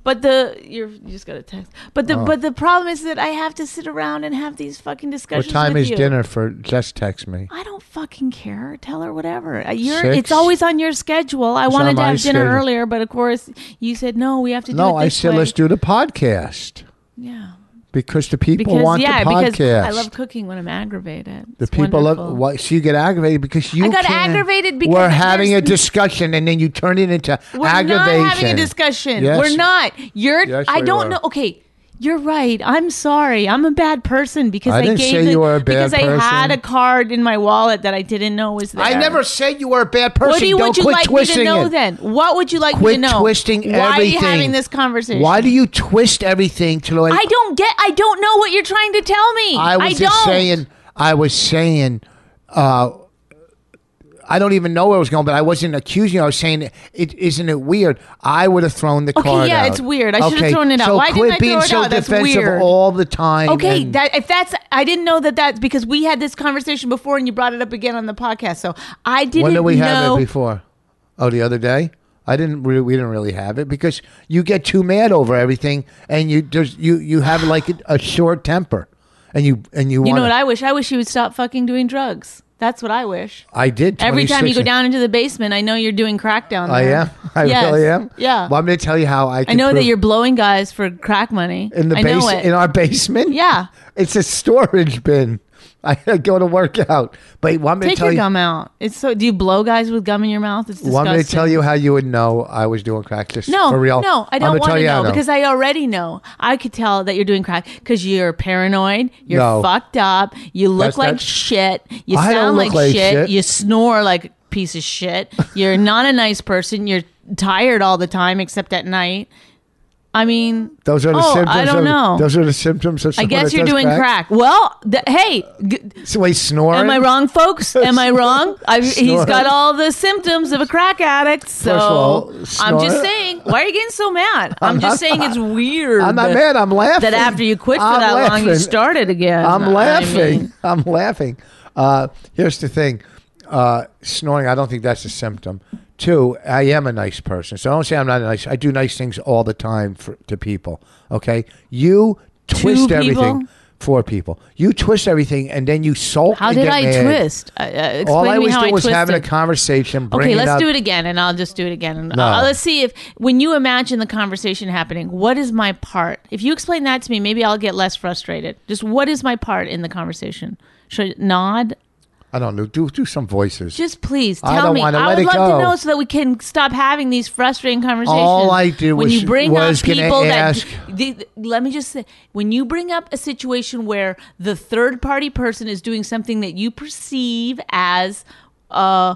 But the you're, you just got a text. But
Oh.
the but the problem is that I have to sit around and have these fucking
What
discussions.
time
with
is
you.
dinner for? Just text me.
I don't fucking care. Tell her whatever. Uh, You're,
Six?
it's always on your schedule. I
It's on
wanted to
my
have dinner
schedule.
earlier, but of course you said no. We have to do
No,
it
I
this
said
way.
let's do the podcast
Yeah,
because the people
because
want
yeah,
the podcast.
because I love cooking when I'm aggravated.
The
It's
people
wonderful.
love why so you get aggravated because you
I got
can't-
aggravated because
we're
there's-
having a discussion and then you turn it into
We're
aggravation.
not having a discussion.
Yes.
We're not. You're.
Yes,
I
we
don't
were.
know. Okay. You're right. I'm sorry. I'm a bad person because
I
I,
didn't
gave
say
the-
you were a
because
bad
I had
person.
a card in my wallet that I didn't know was there.
I never said you were a bad person.
What do you,
Don't
would you
quit
like me
twisting
to know
it.
then? What would you like
Quit
me to know?
twisting
Why
everything.
are you having this conversation?
Why do you twist everything to like?
I don't get. I don't know what you're trying to tell me.
I was
don't.
just saying. I was saying. Uh, I don't even know where I was going, but I wasn't accusing you. I was saying, it, isn't it weird? I would have thrown the
Okay,
card
yeah,
out.
it's weird. I should have thrown it out.
So
Why didn't
quit
I
being
throw it
so
out? That's
defensive
weird.
all the time.
Okay,
and-
that if that's I didn't know that that's because we had this conversation before and you brought it up again on the podcast. So I didn't
When did we
know.
have it before? Oh, the other day. I didn't. Re- we didn't really have it because you get too mad over everything, and you just you you have like a, a short temper, and you and you.
You
wanna-
know what I wish? I wish you would stop fucking doing drugs. That's what I wish.
I did
Every time you
26
go down into the basement, I know you're doing crack down
I
there.
am. [LAUGHS] I
Yes.
really am.
Yeah.
Well, I'm going to tell you how I. Can
I know that
prove-
you're blowing guys for crack money.
in the
I know
base
it.
in our basement.
yeah.
It's a storage bin. [LAUGHS] I gotta go to work out. But want me to
Take
tell
your
you?
gum out. It's so. Do you blow guys with gum in your mouth? It's disgusting.
Want me to tell you how you would know I was doing crack? Just
No,
for real.
no, I
I'm
don't
gonna
want
tell
to
you how
know because I already know. I could tell that you're doing crack because you're paranoid. You're
No.
fucked up. You look
That's-
like
that's-
shit. You
I
sound
don't look
like,
like
shit.
shit.
You snore like a piece of shit.
[LAUGHS]
You're not a nice person. You're tired all the time except at night. I mean,
those are the
oh,
symptoms.
I don't
of,
know.
Those are the symptoms of.
I
someone
guess
that
you're
does
doing crack. Well, th- hey, g-
So wait, snoring.
am I wrong,
[LAUGHS]
folks? Am I wrong? I, he's
Snort.
got all the symptoms of a crack addict. So
of all,
I'm
snort.
just saying, why are you getting
[LAUGHS]
so mad? I'm, just saying it's weird.
I'm not
that-
mad. I'm laughing.
That after you quit for
I'm
that long, you
laughing.
started again. I
I'm laughing.
mean,
I'm laughing. Uh, here's the thing. Uh, snoring, I don't think that's a symptom. Two, I am a nice person. So don't say I'm not a nice. I do nice things all the time for, to people. Okay, you twist
people?
everything for people. You twist everything, and then you sulk.
how
and
did
get
I
mad.
twist? Uh, uh, explain
All I
to me
was
how
doing
I
was having a
twisted.
conversation.
Okay,
bringing
let's
up-
do it again, and I'll just do it again. And
No.
uh, let's see if when you imagine the conversation happening, what is my part? If you explain that to me, maybe I'll get less frustrated. Just what is my part in the conversation? Should I nod?
I don't know. Do do some voices.
Just please tell
I don't
me.
wanna
I
let
would
it
love
go.
to know so that we can stop having these frustrating conversations.
All I did
when
was-
you bring
was
up
gonna
people that
ask-
the, let me just say when you bring up a situation where the third party person is doing something that you perceive as uh,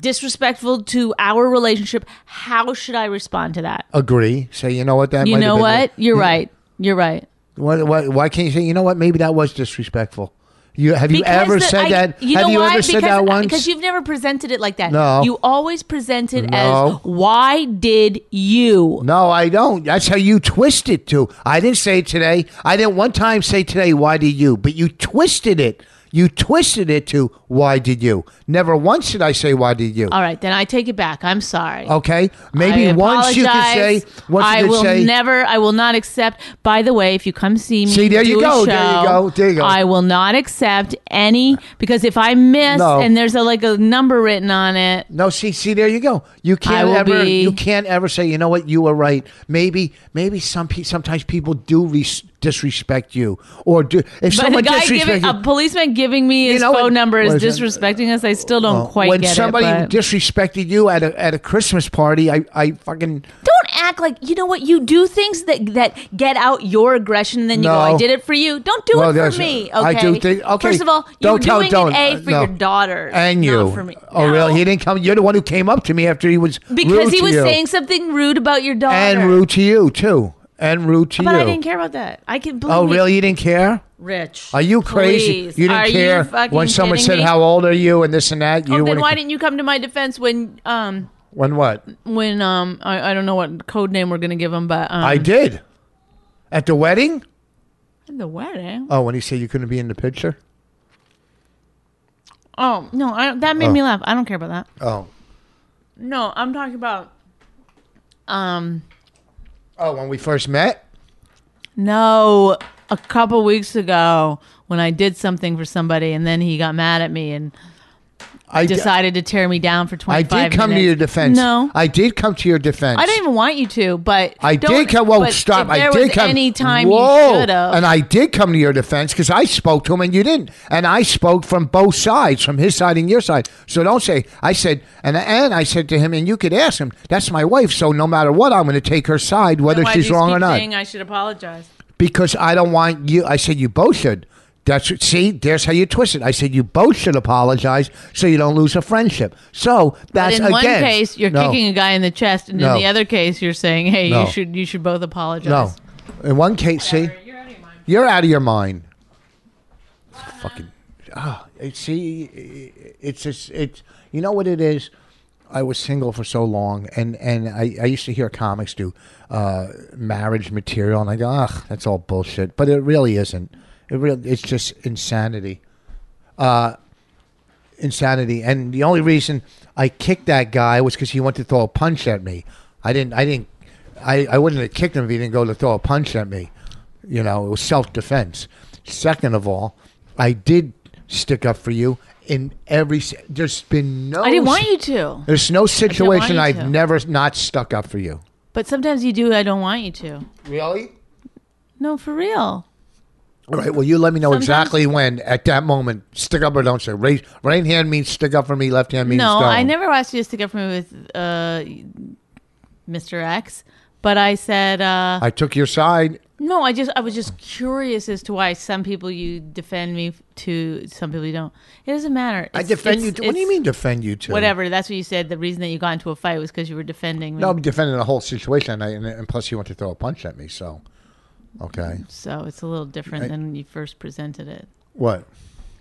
disrespectful to our relationship, how should I respond to that?
Agree. Say you know what that.
you
might have
know
been- Hmm.
what?
[LAUGHS]
You're right. You're right.
Why, why, why can't you say, you know what? Maybe that was disrespectful. You have you
Because
ever
the-
said
I-
that?
You
have
know
you
why?
ever said
because,
that once?
Because you've never presented it like that.
No.
You always present it as
No.
why did you?
no, I don't. That's how you twist it to. I didn't say today. I didn't one time say today. Why did you? But you twisted it. You twisted it to why did you? Never once did I say why did you?
All right, then I take it back. I'm sorry.
Okay, Oh, maybe
Uh, I
once you could say.
apologize.
Once
I
you could
will
say.
never. I will not accept. By the way, if you come see me,
See, there
do
you
a
go, there you
show,
go, there you go.
I will not accept any because if I miss
No.
and there's a like a number written on it,
No, see, see, there you go. You
I
can't
will
ever,
be-
you can't ever say, you know what, you were right. Maybe, maybe some pe- sometimes people do res- disrespect you, or do if
but
someone
a guy
disrespects
giving a
you.
policeman giving me his
know
phone
what-
number is
what is it?
disrespecting us. I still don't quite
when
get
somebody
it. but-
disrespected you at a at a Christmas party, I I fucking
don't act like you know what you do things that that get out your aggression and then you
No.
go i did it for you don't do
Well,
it
there's-
for me okay
I do think- okay,
first of all you're
don't tell-
doing
don't- uh,
it a for
no.
your daughter
and
not
you.
for me
Oh,
No.
really? He didn't come. You're the one who came up to me after he was
because
rude
he
to
was
you.
saying something rude about your daughter
and rude to you too, and rude to
but
you.
i didn't care about that i can believe
Oh,
me.
really? You didn't care?
rich
Are you crazy?
please.
You didn't
Are
care
fucking
when someone
kidding
said,
me?
"How old are you?" and this and that.
oh,
you
then
wouldn't-
why didn't you come to my defense when um
when what?
when um I, I don't know what code name we're gonna give him but um,
I did. At the wedding?
the wedding
Oh, when he said you couldn't be in the picture?
oh no I, that made me laugh I don't care about that
Oh.
No, I'm talking about. Um,
Oh, when we first met?
no, a couple weeks ago when I did something for somebody, and then he got mad at me and
I d-
decided to tear me down for
I
25.
did come to
minutes.
your defense.
No, I,
I did come to your defense.
didn't even want you to, but
I
don't-
did come. Whoa,
but
stop!
If
I
there
did
was
come.
Any time
Whoa.
you should have.
And I did come to your defense because I spoke to him and you didn't. And I spoke from both sides, from his side and your side. So don't say I said. And and I said to him, and you could ask him. That's my wife. So no matter what, I'm going to take her side, whether she's wrong or not.
I should apologize.
because I don't want you. I said you both should. That's see. There's how you twist it. I said you both should apologize so you don't lose a friendship. So
But
that's
in
again.
one case, you're
no,
kicking a guy in the chest, and
No.
in the other case, you're saying, "Hey,
No.
you should you should both apologize."
No, in one case, see,
You're out of your mind.
you're out of your mind. Fucking. Ah, it- see, it- it's just it's. You know what it is. I was single for so long, and and I, I used to hear comics do uh, marriage material, and I go, ugh, that's all bullshit. But it really isn't. It really, it's just insanity. insanity. And the only reason I kicked that guy was because he went to throw a punch at me. I didn't. I didn't. I, I wouldn't have kicked him if he didn't go to throw a punch at me. You know, it was self defense. Second of all, I did stick up for you in every. s- There's been no.
I didn't want you to,
There's no situation
you
I've
to.
never not stuck up for you.
but sometimes you do. I don't want you to.
Really?
No, for real.
All right. Well, you let me know
Sometimes-
exactly when. At that moment, stick up or don't stick. Raise, right hand means stick up for me. Left hand means
No,
don't.
I never asked you to stick up for me with uh, Mr. X, but I said uh,
I took your side.
no. I just I was just curious as to why some people you defend me f- to, some people you don't. It doesn't matter.
I
It's-
defend you.
it's-
To, what do you
it's-
mean defend you to?
Whatever. That's what you said. The reason that you got into a fight was because you were defending me.
No, I'm defending the whole situation, and, I, and, and plus you want to throw a punch at me. So, okay,
So it's a little different
I-
than you first presented it.
what?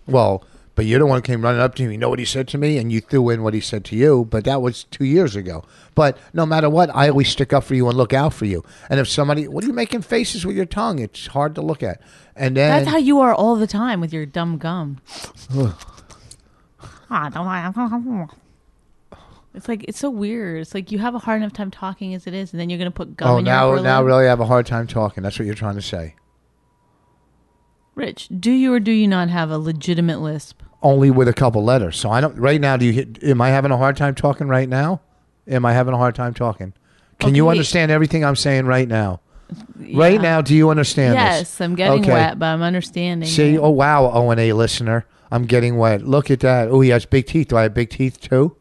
Well, but you're the one who came running up to me. You know what he said to me, and you threw in what he said to you. But that was two years ago. But no matter what, I always stick up for you and look out for you. And if somebody, what are you making faces with your tongue? It's hard to look at. And then
That's how you are all the time with your
[SIGHS]
dumb gum. Ah, don't I- it's like it's so weird. It's like you have a hard enough time talking as it is, and then you're gonna put gum.
Oh,
in
now
your upper
now
lip.
really I have a hard time talking. That's what you're trying to say.
Rich, do you or do you not have a legitimate lisp?
Only with a couple letters. So I don't. Right now, do you? hit- Am I having a hard time talking right now? Am I having a hard time talking? Can you
Okay.
understand everything I'm saying right now? Right
Yeah.
now, do you understand this?
Yes, I'm getting
Okay.
wet, but I'm understanding.
See,
it.
oh wow, O and A listener, I'm getting wet. Look at that. Oh, he has big teeth. Do I have big teeth too?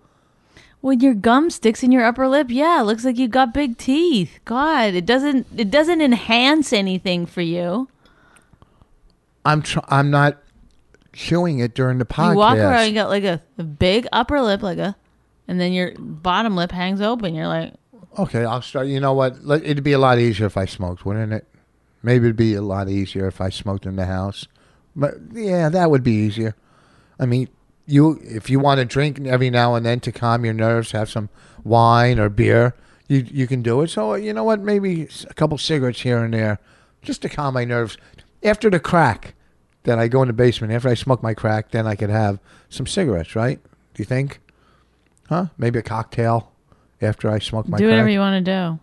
when your gum sticks in your upper lip, yeah, it looks like you got big teeth. God, it doesn't it doesn't enhance anything for you.
I'm tr- I'm not chewing it during the podcast.
You walk around, you got like a, a big upper lip, like a, and then your bottom lip hangs open. You're like,
Okay, I'll start. You know what? Let- It'd be a lot easier if I smoked, wouldn't it? Maybe it'd be a lot easier if I smoked in the house. But yeah, that would be easier. I mean, you if you want to drink every now and then to calm your nerves, have some wine or beer, you you can do it. So you know what? Maybe s- a couple cigarettes here and there, just to calm my nerves. After the crack, then I go in the basement. After I smoke my crack, then I could have some cigarettes. Right? Do you think? Huh? Maybe a cocktail after I smoke my
do
crack
whatever you want to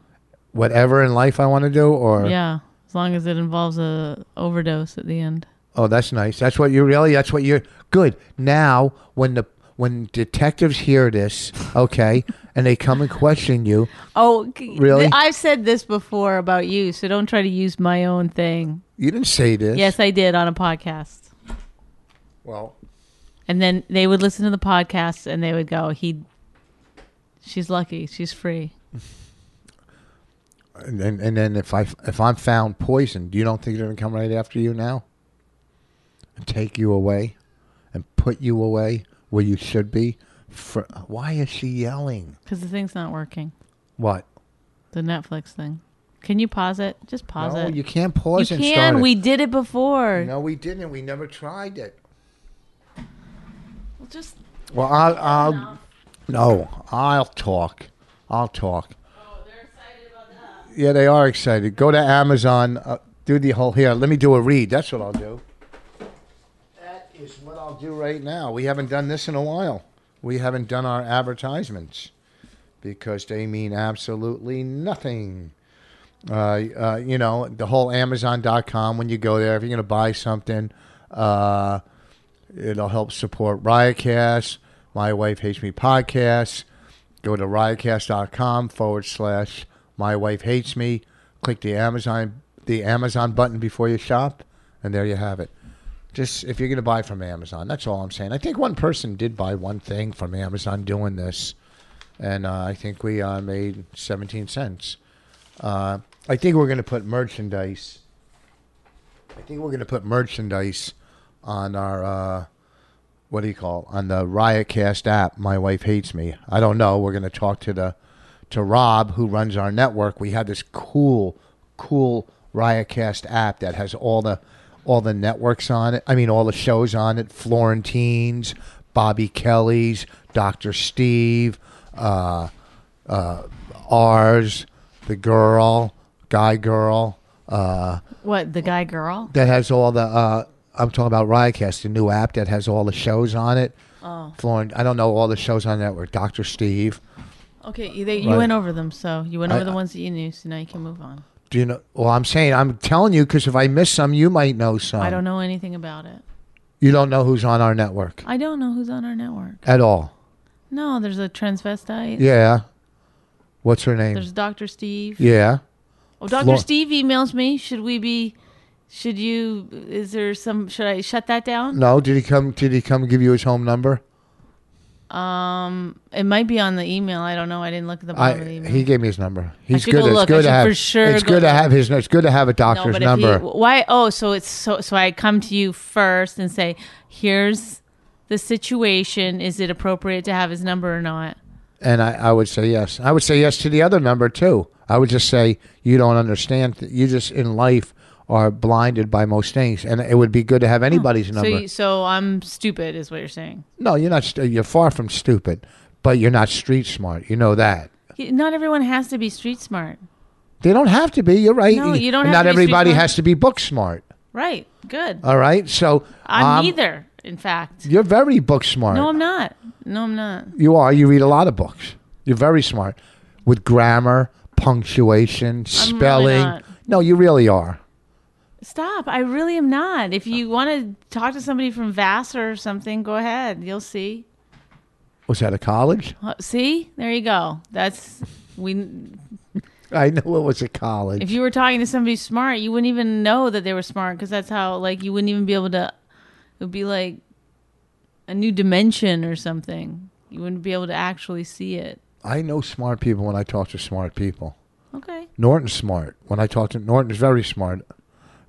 whatever in life I want to do, or
do. Yeah, as long as it involves a overdose at the end.
oh, that's nice. That's what you really. That's what you're good. Now, when the when detectives hear this, okay, and they come and question you,
Oh, c-
Really?
th- I've said this before about you, so don't try to use my own thing.
you didn't say this.
Yes, I did on a podcast.
Well,
And then they would listen to the podcast and they would go, he, she's lucky. She's free.
and then, and then if I if I'm found poisoned, you don't think they're gonna come right after you now and take you away and put you away where you should be? For why is she yelling?
Because the thing's not working.
What?
The Netflix thing. Can you pause it? Just pause
no,
it.
you can't pause
You
and start
can.
it.
We did it before.
no, we didn't. We never tried it.
Just
Well, I'll, I'll no, I'll talk. I'll talk. Yeah, they are excited. Go to Amazon. Uh, do the whole here. Let me do a read. That's what I'll do. That is what I'll do right now. We haven't done this in a while. We haven't done our advertisements because they mean absolutely nothing. Uh, uh, you know, the whole Amazon.com, when you go there, if you're going to buy something, uh, it'll help support Riotcast, My Wife Hates Me podcast. Go to riotcast.com forward slash My Wife Hates Me. Click the Amazon the Amazon button before you shop, and there you have it. Just if you're going to buy from Amazon, that's all I'm saying. I think one person did buy one thing from Amazon doing this, and uh, I think we uh, made 17 cents. Uh, I think we're going to put merchandise. I think we're going to put merchandise on our uh, what do you call on the Riotcast app. My wife hates me. I don't know. We're going to talk to the to Rob who runs our network. We have this cool, cool Riotcast app that has all the all the networks on it. I mean, all the shows on it. Florentine's, Bobby Kelly's, Doctor Steve. Uh, uh, ours, the girl, guy girl, uh,
what the guy girl?
that has all the. Uh, I'm talking about Riotcast, the new app that has all the shows on it. Oh, Florin, I don't know all the shows on that. Were Doctor Steve?
Okay, you, they, you
Right.
went over them, so you went
I-
over the ones that you knew, so now you can move on.
Do you know? Well, I'm saying I'm telling you because if I miss some, you might know some.
I don't know anything about it.
You don't know who's on our network
I don't know who's on our network.
at all.
No, there's a transvestite.
Yeah. What's her name?
There's Dr. Steve.
yeah.
Oh, Dr.
Flor-
Steve emails me. Should we be Should you? Is there some? Should I shut that down?
No, did he come? Did he come give you his home number?
Um, it might be on the email. I don't know. I didn't look at the
I
bottom of the email.
he gave me his number. He's
should
good.
go
It's
look. I
good to
should
have.
for sure
it's
go
good to
look.
have his. It's good to have a
no,
doctor's
but
number.
if he, why? Oh, so it's so so. I come to you first and say, "Here's the situation. Is it appropriate to have his number or not?"
And I, I would say yes. I would say yes to the other number too. I would just say you don't understand. th- You just in life are blinded by most things, and it would be good to have anybody's
Hmm. So,
number.
you, so I'm stupid, is what you're saying.
no, you're not. St- you're far from stupid, but you're not street smart. You know that.
He- Not everyone has to be street smart,
They don't have to be. You're right.
No, you don't
And
have
Not
to be street
everybody
smart.
has to be book smart.
right? Good.
All right. So
I'm
um,
neither. In fact,
You're very book smart.
no, I'm not. No, I'm not.
You are. You read a lot of books. You're very smart with grammar, punctuation, spelling.
not.
no, you really are.
Stop. I really am not. If you want to talk to somebody from Vassar or something, go ahead. You'll see.
Was that a college?
Uh, See, there you go. That's we.
I know it was a college.
If you were talking to somebody smart, you wouldn't even know that they were smart because that's how like you wouldn't even be able to. It would be like a new dimension or something. You wouldn't be able to actually see it.
I know smart people when I talk to smart people.
Okay,
Norton's smart. When I talk to Norton's very smart.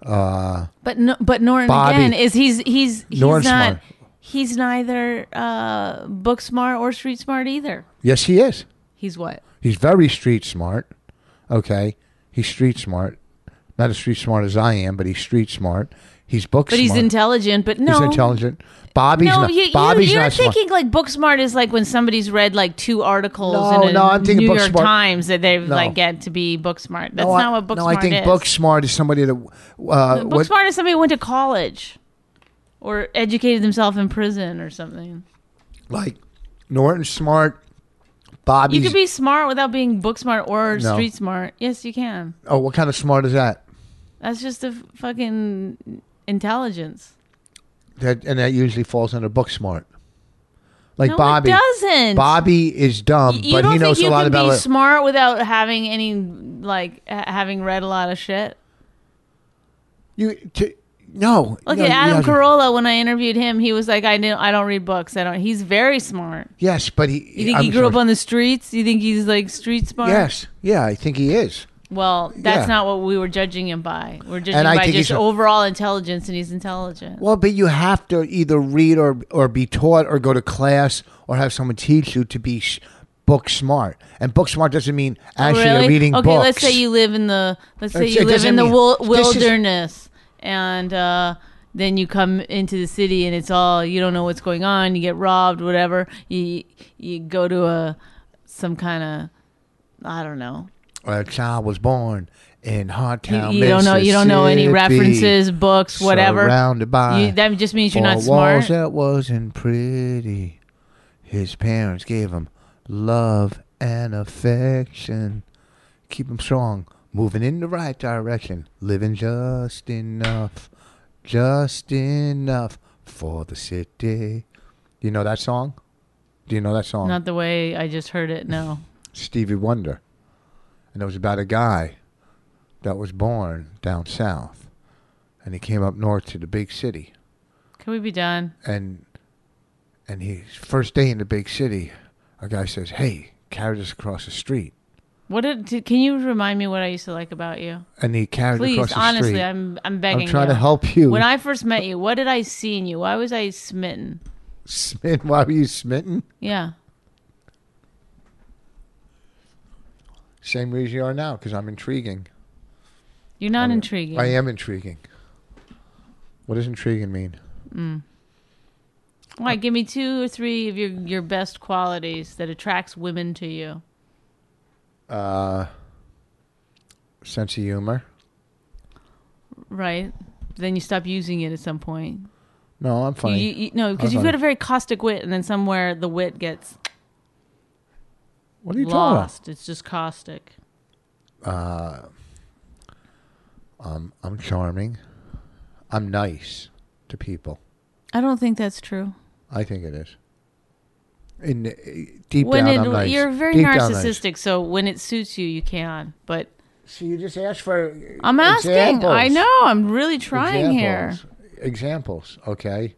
but no, but Norton
Bobby.
again is he's he's he's
Norton's
not.
smart.
He's neither uh, book smart or street smart either.
Yes, he is.
He's what?
He's very street smart. Okay, he's street smart. Not as street smart as I am, but he's street smart. He's book
But
smart.
he's intelligent. But no,
He's intelligent. Bobby's
No,
not.
you,
Bobby's
you, you're
not smart.
thinking like book smart is like when somebody's read like two articles
No,
in a
no, I'm thinking
New
book
York
smart-
Times that they
No.
like get to be book smart. That's
No, I-
not what book
no,
smart
I think
is.
book smart is somebody that uh,
book
what,
smart is somebody who went to college or educated themselves in prison or something.
like Norton smart, Bobby.
You could be smart without being book smart or
No.
street smart. Yes, you can.
oh, what kind of smart is that?
That's just a f- fucking intelligence.
That and that usually falls under book smart. Like
No, it
Bobby
doesn't.
Bobby is dumb,
You
but
don't
he knows
think
a
you
lot
can
about
be
it.
smart without having any like ha- having read a lot of shit.
you t- no.
Look
no,
at
you
Adam
have to-
Carolla. When I interviewed him, he was like, "I know I don't read books. I don't." He's very smart.
Yes, but he.
You think
I'm
he grew
sorry.
up on the streets? You think he's like street smart?
Yes, yeah, I think he is.
Well, that's
Yeah.
not what we were judging him by. We're judging
I
by
think he's
just
a-
overall intelligence, and he's intelligent.
Well, but you have to either read or or be taught or go to class or have someone teach you to be sh- book smart. And book smart doesn't mean actually you're
Oh, really?
reading
okay,
books.
let's say you live in the let's say
Let's-
you
it
live
doesn't
in the
mean-
wil-
this is-
wilderness, and uh, then you come into the city, and it's all you don't know what's going on. You get robbed, whatever. You you go to a some kind of I don't know
a child was born in Hardtown,
you, you don't know you don't know any
Mississippi,
references books whatever
Surrounded by
You- that just means you're
four
not
walls
smart
that wasn't pretty. His parents gave him love and affection. Keep him strong, moving in the right direction, living just enough, just enough for the city. You know that song? Do you know that song?
not the way i just heard it no
Stevie Wonder. And it was about a guy that was born down south. And he came up north to the big city.
can we be done
And and his first day in the big city, a guy says, Hey, carry this across the street.
what did t- can you remind me what i used to like about you
And he carried it
please
across the
honestly
street.
i'm i'm begging
trying
you.
to help you.
when
[LAUGHS]
i first met you what did i see in you why was i smitten
Smitten, why were you smitten?
yeah
Same reason you are now, because I'm intriguing.
you're not intriguing
I am intriguing. What does intriguing mean?
why give me two or three of your your best qualities that attracts women to you
Sense of humor.
right then you stop using it at some point
No, I'm
You,
funny.
you, you, no, because you've
funny.
got a very caustic wit, and then somewhere the wit gets
what are you talking about?
lost. It's just caustic.
I'm charming. I'm nice to people.
I don't think that's true.
I think it is. In eh, deep
When
down,
it,
I'm nice.
you're very
Deep down, nice.
narcissistic, so when it suits you, you can. But
So you just asked for.
I'm asking. I
examples.
know. I'm really trying here.
here. Examples, okay.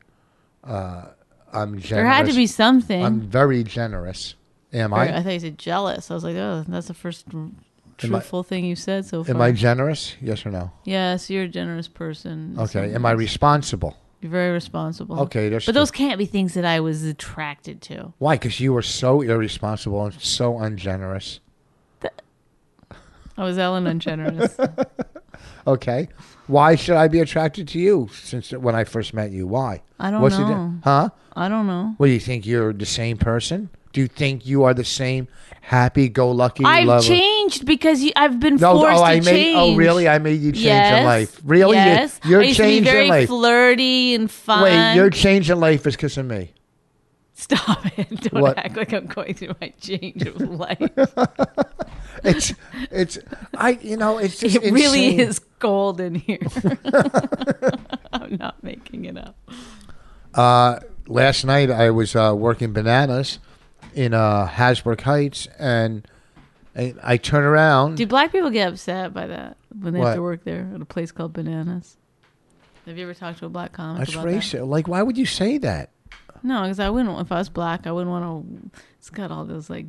Uh, I'm generous.
There had to be something.
I'm very generous. Am
Or,
I?
I, thought you said jealous. I was like, oh, that's the first r- truthful thing you've said so far.
Am I generous? Yes or no?
yes, you're a generous person. in
Okay.
some
Am I
ways.
responsible?
You're very responsible.
Okay, there's
but
two.
those can't be things that I was attracted to.
Why? Because you were so irresponsible and so ungenerous.
I was
[LAUGHS]
Ellen ungenerous.
Okay. Why should I be attracted to you since when I first met you? Why?
I don't
the di-
know.
huh?
I don't know.
Well, you think you're the same person? Do you think you are the same happy-go-lucky?
I've
lover?
changed because you, I've been
No,
forced
oh,
to
I
change.
made. Oh, really? I made you change
yes.
your life. Really? You-
Yes.
You're
I used
changing
to be very
life.
flirty and fun.
Wait, your change in life is because of me.
[LAUGHS] Stop it. Don't
What?
act like I'm going through my change
[LAUGHS]
of life.
It's, it's, I, you know, it's just
it really
insane.
is cold
[LAUGHS]
in here. [LAUGHS] I'm not making it up.
Uh, last night I was uh, working bananas in uh, Hasbrook Heights, and I, I turn around.
Do black people get upset by that when they
What?
have to work there at a place called Bananas? Have you ever talked to a black comic
That's
about
racist. Like, why would you say that?
that? No, because I wouldn't. If I was black, I wouldn't want to. It's got all those like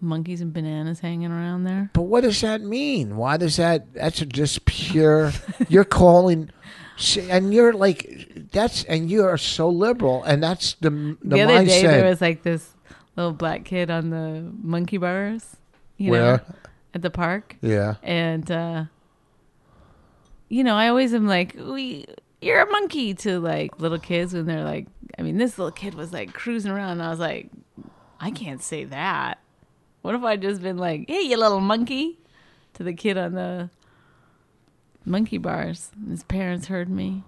monkeys and bananas hanging around there.
But what does that mean? Why does that? That's just pure. you're calling, and you're like, that's and you are so liberal, and that's the the,
The, other
mindset.
day there was like this little black kid on the monkey bars, you know,
Where?
at the park.
yeah.
and uh you know i always am like we you're a monkey to like little kids when they're like i mean this little kid was like cruising around and i was like i can't say that what if i just been like hey you little monkey to the kid on the monkey bars his parents heard me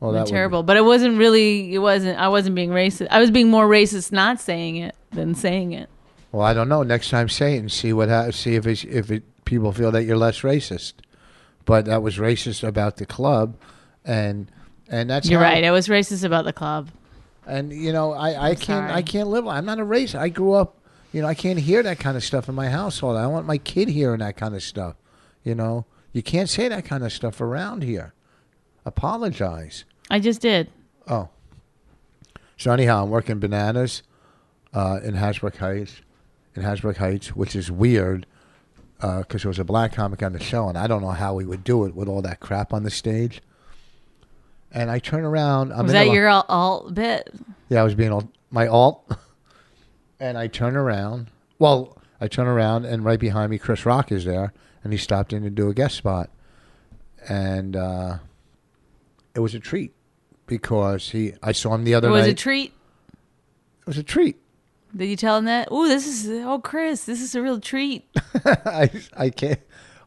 Well,
Been
that would-
terrible but it wasn't really it wasn't i wasn't being racist i was being more racist not saying it than saying it
well, I don't know. Next time, say it and see what ha- see if it's, if it, people feel that you're less racist. But that was racist about the club, and and that's
you're
how-
right i was racist about the club
And you know, I, I can't I
sorry.
can't live. I'm not a racist. I grew up. You know, I can't hear that kind of stuff in my household. I want my kid hearing that kind of stuff. You know, you can't say that kind of stuff around here. Apologize.
i just did
Oh. So anyhow, I'm working bananas uh, in Hasbrook Heights, in Hasbrook Heights, which is weird because there was a black comic on the show, and I don't know how we would do it with all that crap on the stage. And I turn around. I'm
was
in a
that
lo-
your al- alt bit
yeah, I was being all, my alt, [LAUGHS] and I turn around. Well, I turn around, and right behind me, Chris Rock is there, and he stopped in to do a guest spot, and uh, it was a treat because he. I saw him the other
It was
night.
a treat.
it was a treat. [LAUGHS]
Did you tell him that? Oh, this is oh, Chris, this is a real treat.
I I can't.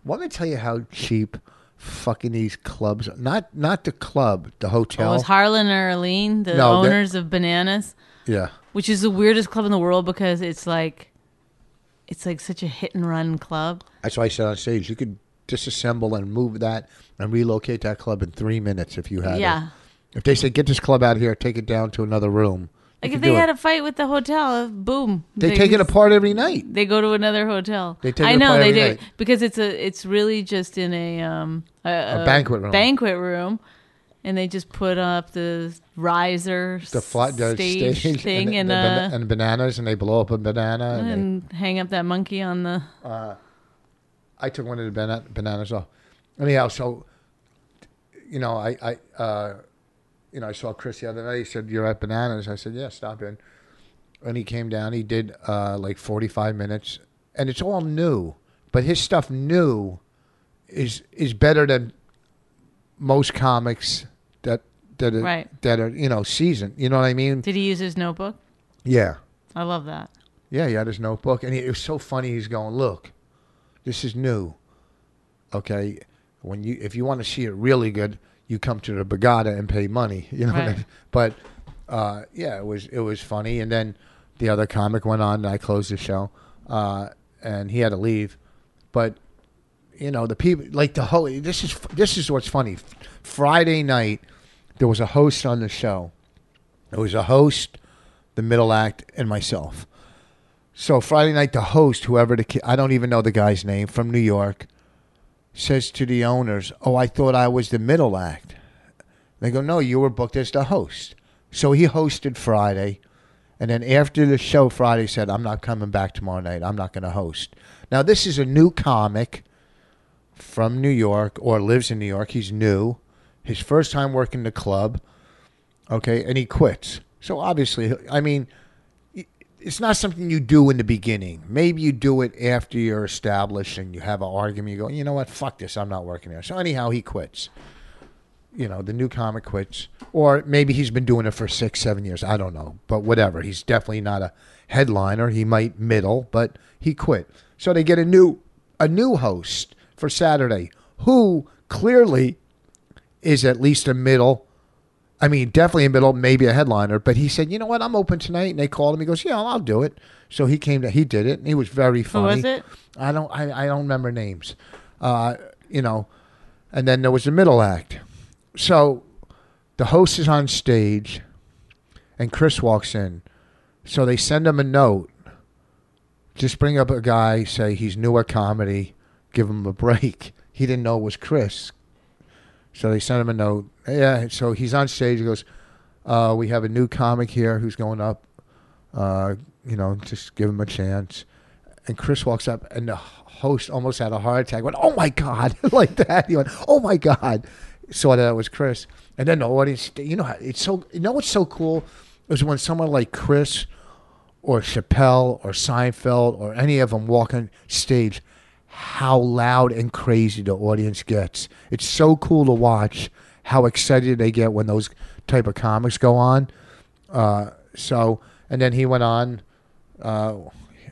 Let me tell you how cheap fucking these clubs. are. Not not the club, the
It
hotel.
was Harlan and Arlene, the
No, that-
owners of Bananas,
yeah.
which is the weirdest club in the world because it's like, it's like such a hit and run club.
That's why I said on stage, you could disassemble and move that and relocate that club in three minutes if you had. it.
Yeah.
If they said get this club out of here, take it down to another room. you
Like
could
if
do
they
it.
had a fight with the hotel, boom,
they take it apart every night.
They go to another hotel.
They take
I
it
know
apart
they
every
do
night.
because it's a it's really just in a um a,
A banquet room.
banquet room, and they just put up the riser
The flat the
stage, thing
[LAUGHS] and,
and,
the
uh,
bana- and bananas, and they blow up a banana. And, they-
and hang up that monkey on the
I took one of the bana- bananas off. Anyhow, so you know, I, I uh, you know, I saw Chris the other night. He said, "You're at bananas." I said, "Yeah, stop in." And he came down. He did uh, like 45 minutes, and it's all new. But his stuff new is is better than most comics that that are,
Right.
that are you know seasoned. You know what I mean?
did he use his notebook
yeah.
i love that
Yeah, he had his notebook, and he, it was so funny. He's going, "Look, this is new. Okay, when you if you want to see it really good, you come to the Bagada and pay money. [LAUGHS] You know, what I
Right.
mean? but uh, yeah, it was it was funny. And then the other comic went on, and I closed the show, uh, and he had to leave. But you know, the people like the whole. This is this is what's funny. Friday night, there was a host on the show. It was a host, the middle act, and myself. So Friday night, the host, whoever the ki- I don't even know the guy's name from New York, says to the owners, "Oh, I thought I was the middle act." They go, "No, you were booked as the host." So he hosted Friday, and then after the show Friday said, "I'm not coming back tomorrow night. I'm not going to host." Now this is a new comic from New York or lives in New York. He's new. His first time working the club. Okay, and he quits. So obviously, I mean, it's not something you do in the beginning. Maybe you do it after you're established and you have an argument. You go, you know what? Fuck this. I'm not working there. So anyhow, he quits. You know, the new comic quits, or maybe he's been doing it for six, seven years. I don't know, but whatever. He's definitely not a headliner. He might middle, but he quit. So they get a new, a new host for Saturday, who clearly is at least a middle I mean, definitely a middle, maybe a headliner. But he said, you know what? I'm open tonight. And they called him. He goes, yeah, I'll do it. So he came to, he did it. And he was very funny.
was it?
I don't, I, I don't remember names. Uh, you know, and then there was the middle act. So the host is on stage and Chris walks in. So they send him a note. Just bring up a guy, say he's new at comedy, give him a break. [LAUGHS] He didn't know it was Chris. So they sent him a note. Yeah, so he's on stage. He goes, uh, "We have a new comic here who's going up. Uh, you know, just give him a chance." And Chris walks up, and the host almost had a heart attack. Went, "Oh my god!" [LAUGHS] like that. He went, "Oh my god!" Saw that it was Chris, and then the audience. You know, how it's so. You know what's so cool is when someone like Chris or Chappelle or Seinfeld or any of them walk on stage, how loud and crazy the audience gets. It's so cool to watch how excited they get when those type of comics go on. Uh, so, and then he went on, uh,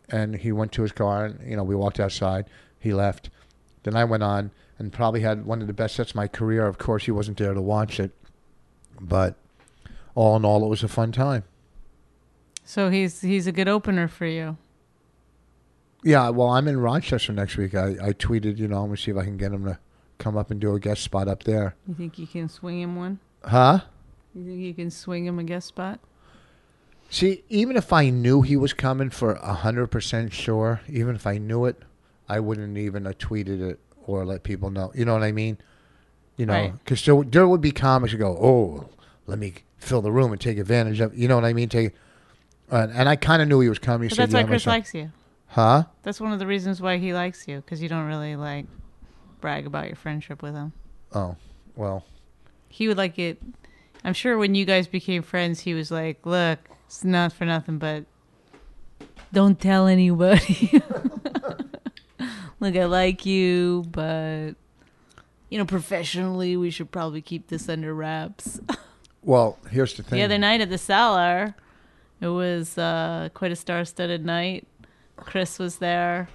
and he went to his car, and you know we walked outside. He left. Then I went on and probably had one of the best sets of my career. Of course, he wasn't there to watch it, but all in all, it was a fun time.
So he's he's a good opener for you.
Yeah, well, I'm in Rochester next week. I, I tweeted, you know, I'm gonna see if I can get him to come up and do a guest spot up there.
You think you can swing him one?
Huh?
You think you can swing him a guest spot?
See, even if I knew he was coming for hundred percent sure, even if I knew it, I wouldn't even have tweeted it or let people know. You know what I mean? You know,
Right.
because there, there would be comics who go, "Oh, let me fill the room and take advantage of." You know what I mean? Take, and, and I kind of knew he was coming.
But
so
that's
yeah,
why Chris
myself-
likes you.
Huh?
That's one of the reasons why he likes you because you don't really like brag about your friendship with him.
Oh, well,
He would like it. I'm sure when you guys became friends, he was like, "Look, it's not for nothing, but don't tell anybody. [LAUGHS] Look, I like you, but you know, professionally, we should probably keep this under wraps."
well. Here's the thing. [LAUGHS]
The other night at the cellar, it was uh, quite a star-studded night. Chris was there.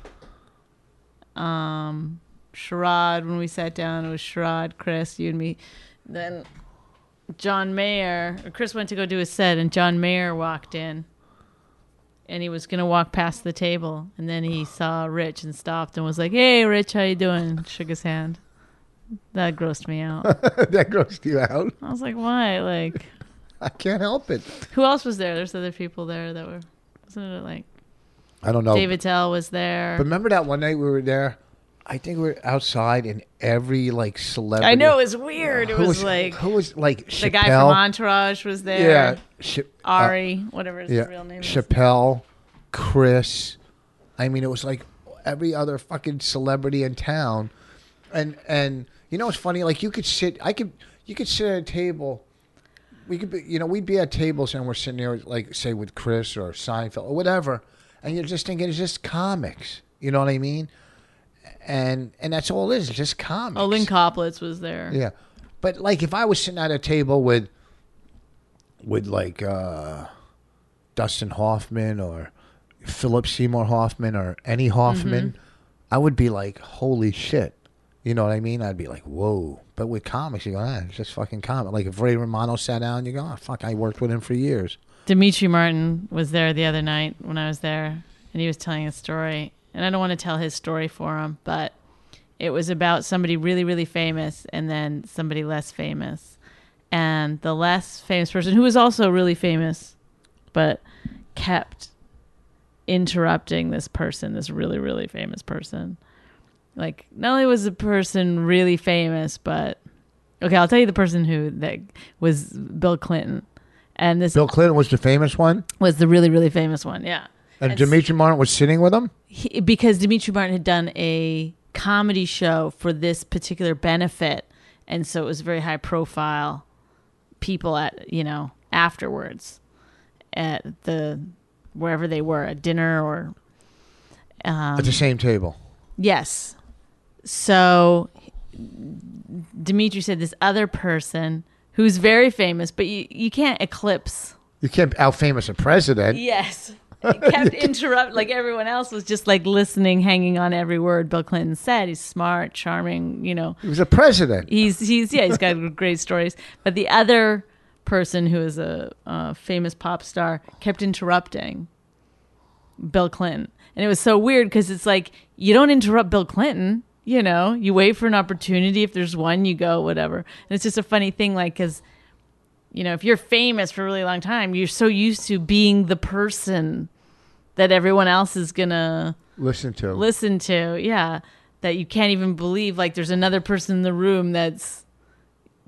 Um, Sherrod, when we sat down, it was Sherrod, Chris, you and me. Then John Mayer. Chris went to go do his set, and John Mayer walked in. And he was gonna walk past the table, and then he saw Rich and stopped and was like, "Hey, Rich, how you doing?" Shook his hand. That grossed me out.
that grossed you out.
I was like, "Why?" Like.
I can't help it.
Who else was there? There's other people there that were. Wasn't it like
I don't know.
David Tell was there?
Oh, But remember that one night we were there? I think we were outside, and every like celebrity.
I know it was weird. It
who
was, like
who was like Chappelle,
the guy from Entourage was there.
yeah, Cha- uh,
Ari, whatever his
yeah,
real name is.
Chappelle, Chris. I mean, it was like every other fucking celebrity in town, and and you know what's funny? Like you could sit, I could, you could sit at a table. We could be, you know, we'd be at tables and we're sitting there, like say with Chris or Seinfeld or whatever, and you're just thinking it's just comics. You know what I mean? And and that's all it is, it's just comics.
Oh, Lynn Coplitz was there.
Yeah, but like if I was sitting at a table with, with like uh, Dustin Hoffman or Philip Seymour Hoffman or any Hoffman, I would be like, holy shit. You know what I mean? I'd be like, whoa. But with comics, you go, ah, it's just fucking comic. Like if Ray Romano sat down, you go, oh, fuck, I worked with him for years.
Dimitri Martin was there the other night when I was there, and he was telling a story. And I don't want to tell his story for him, but it was about somebody really, really famous and then somebody less famous. And the less famous person, who was also really famous, but kept interrupting this person, this really, really famous person. Like, not only was the person really famous, but okay, I'll tell you the person who that was Bill Clinton, and this
Bill Clinton was the famous one,
was the really really famous one. Yeah,
and
It's-
Dimitri Martin was sitting with him.
he, because Dimitri Martin had done a comedy show for this particular benefit, and so it was very high profile people at you know afterwards at the wherever they were at dinner or um,
at the same table.
Yes. So Dimitri said this other person who's very famous, but you, you can't eclipse.
You can't out famous a president.
Yes. kept interrupt like everyone else was just like listening, hanging on every word Bill Clinton said. He's smart, charming, you know.
He was a president.
[LAUGHS] He's he's yeah, he's got great stories. But the other person who is a uh, famous pop star kept interrupting Bill Clinton, and it was so weird because it's like you don't interrupt Bill Clinton. You know, you wait for an opportunity. If there's one, you go whatever. And it's just a funny thing, like because you know if you're famous for a really long time, you're so used to being the person that everyone else is gonna
Listen to him.
listen to. Yeah. That you can't even believe like there's another person in the room that's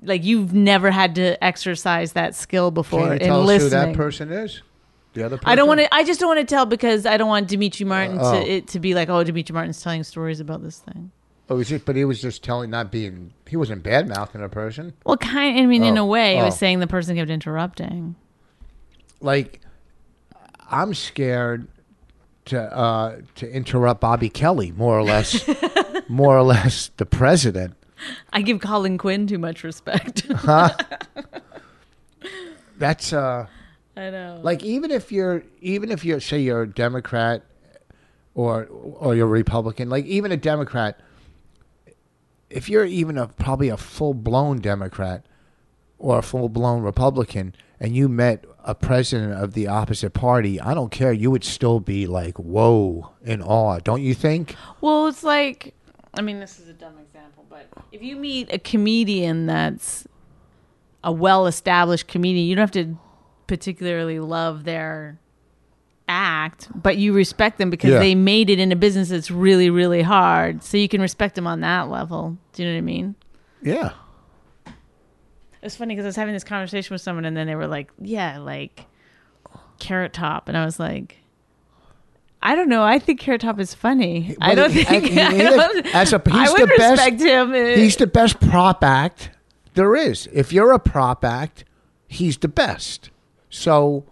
like you've never had to exercise that skill
Can
before
you
in
tell us
listening.
who that person is? The other person.
I don't want to I just don't want to tell because I don't want Dimitri Martin
Uh, oh.
to it to be like oh Dimitri Martin's telling stories about this thing.
Oh, was he, but he was just telling, not being. He wasn't bad mouthing a person.
Well, kind I mean in
Oh,
a way it
oh.
was saying the person kept interrupting.
Like, I'm scared to uh, to interrupt Bobby Kelly, more or
[LAUGHS]
less, more or less the president.
I give Colin Quinn too much respect. [LAUGHS]
That's uh,
I know.
like even if you're even if you're say you're a democrat or or you're a republican like even a democrat if you're even a probably a full-blown democrat or a full-blown republican and you met a president of the opposite party i don't care you would still be like whoa in awe don't you think
Well, it's like, I mean, this is a dumb example, but if you meet a comedian that's a well established comedian, you don't have to particularly love their act, but you respect them because
Yeah.
they made it in a business that's really, really hard. So you can respect them on that level. Do you know what I mean?
yeah
It's funny because I was having this conversation with someone, and then they were like, "Yeah, like Carrot Top," and I was like, "I don't know. I think Carrot Top is funny. I
But
don't
he-
think
and he
[LAUGHS] I
is-
don't-
as a-
I
he's
would
the best-
respect him. uh,
he's the best prop act there is if you're a prop act he's the best so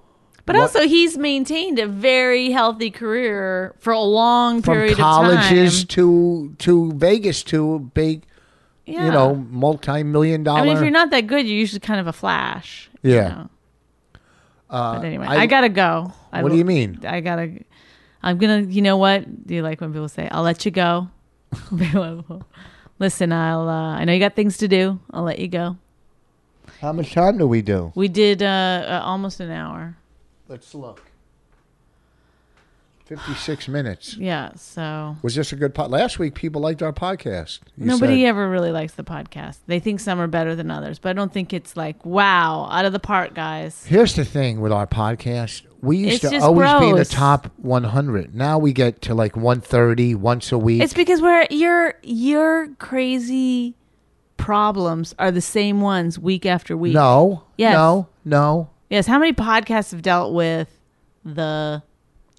but
what-
also, he's maintained a very healthy career for a long
from
period
colleges
of time.
to to Vegas to big,
Yeah.
you know, multi million dollar.
I mean, if you're not that good, you're usually kind of a flash. you
Yeah. Uh,
know. but anyway,
I-
I, gotta go. I
What do
lo-
you mean?
I gotta. I'm gonna. You know what? Do you like when people say, "I'll let you go"? [LAUGHS] Listen, I'll. Uh, I know you got things to do. I'll let you go.
How much time do we do?
We did uh, uh, almost an hour.
Let's look. Fifty six minutes.
Yeah. So
Was this a good pod? Last week, people liked our podcast. You
nobody
said-
ever really likes the podcast. They think some are better than others, but I don't think it's like wow, out of the park, guys.
Here's the thing with our podcast. We used
It's
to
just
always be in the
gross.
top 100. Now we get to like 130 once a week.
It's because we're your your crazy problems are the same ones week after week.
no.
Yes.
No. No.
Yes. How many podcasts have dealt with the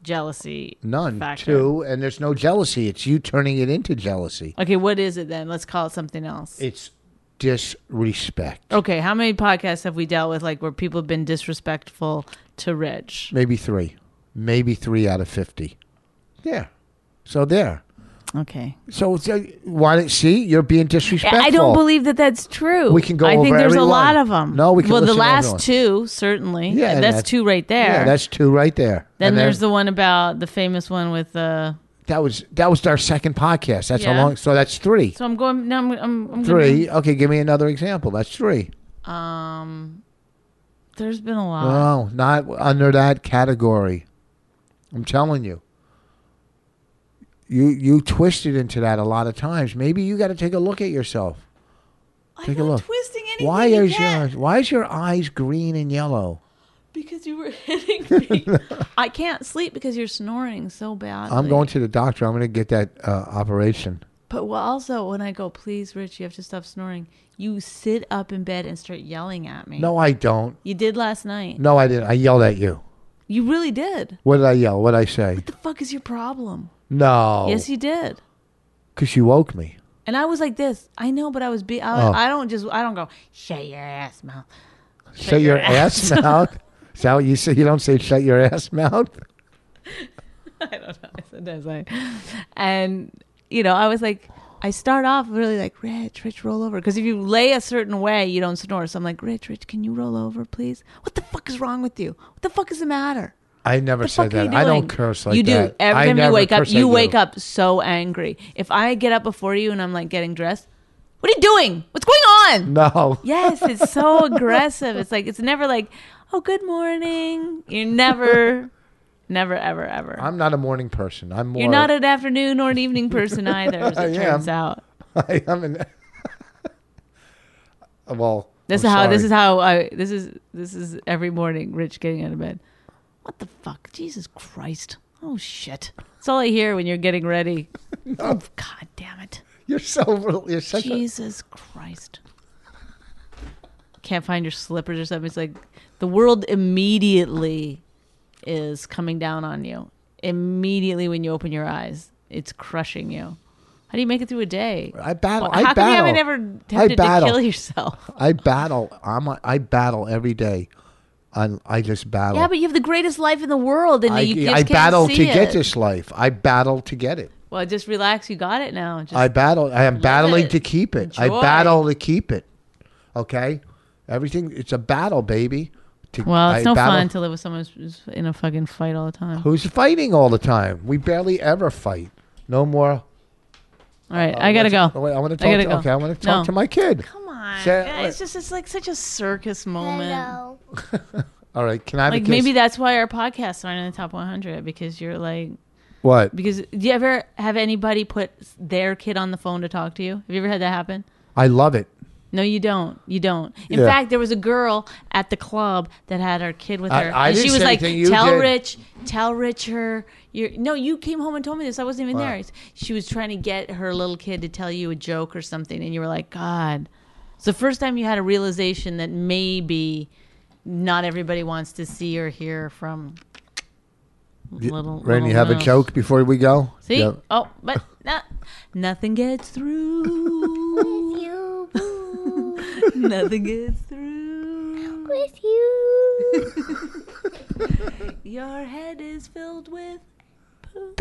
jealousy?
None.
factor?
Two. And there's no jealousy. It's you turning it into jealousy.
Okay, what is it then? Let's call it something else.
It's disrespect.
Okay, how many podcasts have we dealt with like where people have been disrespectful to Rich?
Maybe three. Maybe three out of 50. Yeah. So there.
Okay.
So, so why don't see? You're being disrespectful.
I don't believe that that's true.
We can go
I think
over
there's
every
a
one.
lot of them.
No, we can
Well, the
listen to
last
everyone.
two certainly.
Yeah,
Yeah,
and
that's,
that's-
two right there.
Yeah, that's two right there.
then,
And
there's the one about the famous one with uh
that was that was our second podcast. That's how
Yeah.
long. So that's three.
So I'm going now I'm I'm, I'm
three. Okay, give me another example. That's three.
Gonna, um there's been a lot.
No, not under that category. I'm telling you. You you twisted into that a lot of times. Maybe you got to take a look at yourself.
I'm
take a
not
look.
twisting anything.
Why is
again.
your why is your eyes green and yellow?
Because you
[LAUGHS]
were hitting me. I can't sleep because you're snoring so bad.
I'm going to the doctor. I'm going to get that uh, operation.
But well, also when I go, please, Rich, you have to stop snoring. You sit up in bed and start yelling at me.
No, I don't.
you did last night.
No, I didn't. I yelled at you.
You really did.
What did I yell? What did I say?
The fuck is your problem?
No.
Yes, you did.
Because you woke me.
And I was like this. I know, but I was be. I,
Oh.
I don't just. I don't go. Shut your ass mouth. [LAUGHS]
Shut your ass mouth. Is that what you say? You don't say shut your ass mouth?
I don't know. Sometimes I, and you know, I was like, I start off really like, Rich, Rich, roll over, because if you lay a certain way, you don't snore. So I'm like, Rich, Rich, can you roll over, please? What the fuck is wrong with you? What the fuck is the matter?
I never
What the
said
fuck are you
that. I
doing?
don't curse like
you
that.
do. Every
I
time you
never
wake up,
curse
you
at
wake up so angry. If I get up before you and I'm like getting dressed, what are you doing? What's going on?
No. [LAUGHS]
Yes, it's so aggressive. It's like it's never like, oh, good morning. You're never, never, ever, ever.
I'm not a morning person. I'm more.
You're not an afternoon or an evening person either,
[LAUGHS]
as
I
it turns
am.
out.
[LAUGHS] I am an. well.
This
I'm
is how this
sorry.
is how I this is this is every morning Rich getting out of bed. What the fuck? Jesus Christ. Oh shit. That's all I hear when you're
[LAUGHS]
getting ready. Oh god damn it.
You're so. You're such a-
Jesus Christ. Can't find your slippers or something. It's like the world immediately is coming down on you. Immediately when you open your eyes, it's crushing you. How do you make it through a day?
I battle.
Well,
I
How come you
battle.
haven't ever
I
attempted to
battle.
kill yourself?
I battle. I'm. A, I battle every day. I, I just battle.
Yeah, but you have the greatest life in the world, and
I,
you just
I
can't
battle
see
to
it.
get this life. I battle to get it.
Well, just relax. You got it now. Just,
I battle. I am battling
it.
to keep it.
Enjoy.
I battle to keep it. Okay, everything. It's a battle, baby. To,
well, it's
I
no
battle-
fun to live with someone who's in a fucking fight all the time.
Who's fighting all the time? We barely ever fight. No more.
All right, I gotta go.
Oh, wait, I want to talk.
gotta
to,
go.
Okay, I want to talk
No.
to my kid.
Come on,
Say-
Yeah, it's just it's like such a circus moment.
Hello.
All right, can I have a
Like
kiss?
maybe that's why our podcasts aren't in the top 100 because you're like
what?
because do you ever have anybody put their kid on the phone to talk to you? Have you ever had that happen?
I love it.
No, you don't. You don't. In
Yeah.
fact, there was a girl at the club that had her kid with
I-
her,
I
and she
didn't
was
say
like,
anything. You
"Tell
did."
Rich, tell Rich her." You're, no, you came home and told me this. I wasn't even
Wow.
there. She was trying to get her little kid to tell you a joke or something, and you were like, "God." It's the first time you had a realization that maybe not everybody wants to see or hear from little.
Randy,
little
have a
Mouse.
joke before we go.
Oh, See?
Yeah.
Oh,
[LAUGHS]
but no, nothing gets through.
With you, boo.
[LAUGHS] nothing gets through.
With you, [LAUGHS]
Your head is filled with.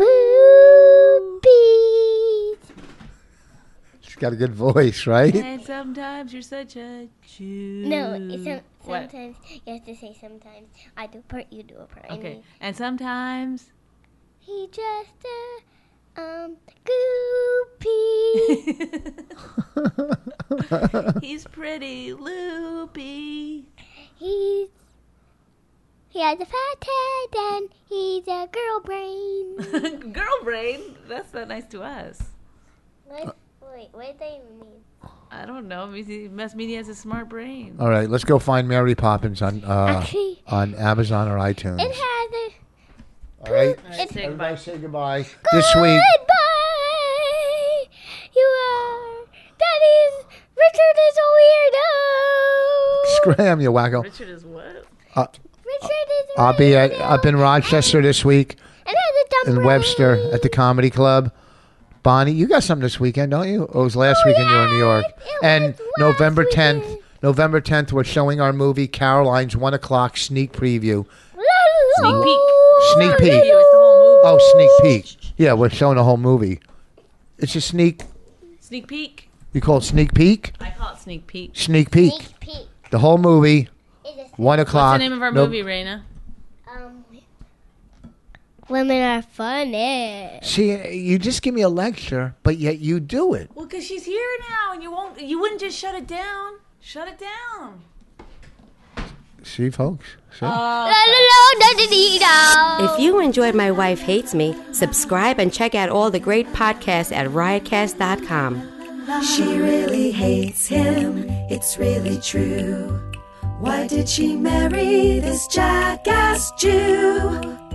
boo. Bees.
She's got a good voice, right? [LAUGHS]
And sometimes you're such a Jew.
No, it's some,
What?
sometimes you have to say sometimes. I do a part, you do a part. I
Okay.
mean,
And sometimes. [LAUGHS]
He just a um
[LAUGHS]
goopy.
He's pretty loopy.
he's he has a fat head and he's a girl brain.
Uh.
Girl brain. That's not nice to us.
What? Wait, what did they mean?
I don't know. It means he- must mean he has a smart brain.
All right, let's go find Mary Poppins on uh,
Actually,
on Amazon or iTunes.
it has a
All right,
It's-
everybody say goodbye this week.
Goodbye. You are Daddy's Richard is a weirdo.
Scram, you wacko! Uh,
Richard is what?
Richard is a
I'll be at,
weirdo
up in Rochester this week
and has a dumb
in
brain.
Webster at the Comedy Club. Bonnie, you got something this weekend, don't you? Oh, it was last
Oh,
weekend you were in New York.
yes, it
And
was last
November
weekend.
10th, November 10th, we're showing our movie Caroline's 1 o'clock sneak preview.
Sneak
peek.
Sneak peek.
It was the whole movie.
Oh, sneak peek. Yeah, we're showing the whole movie. It's a sneak.
Sneak peek.
You call it sneak peek?
I call it sneak peek.
Sneak peek.
Sneak peek.
The whole movie,
Is a
1 o'clock.
What's the name of our
No-
movie, Raina?
Um, women are funny.
See, you just give me a lecture, but yet you do it.
Well, because she's here now, and you won't. You wouldn't just shut it down. Shut it down.
See, folks? See?
If you enjoyed My Wife Hates Me, subscribe and check out all the great podcasts at riotcast.com.
She really hates him, it's really true. Why did she marry this jackass Jew?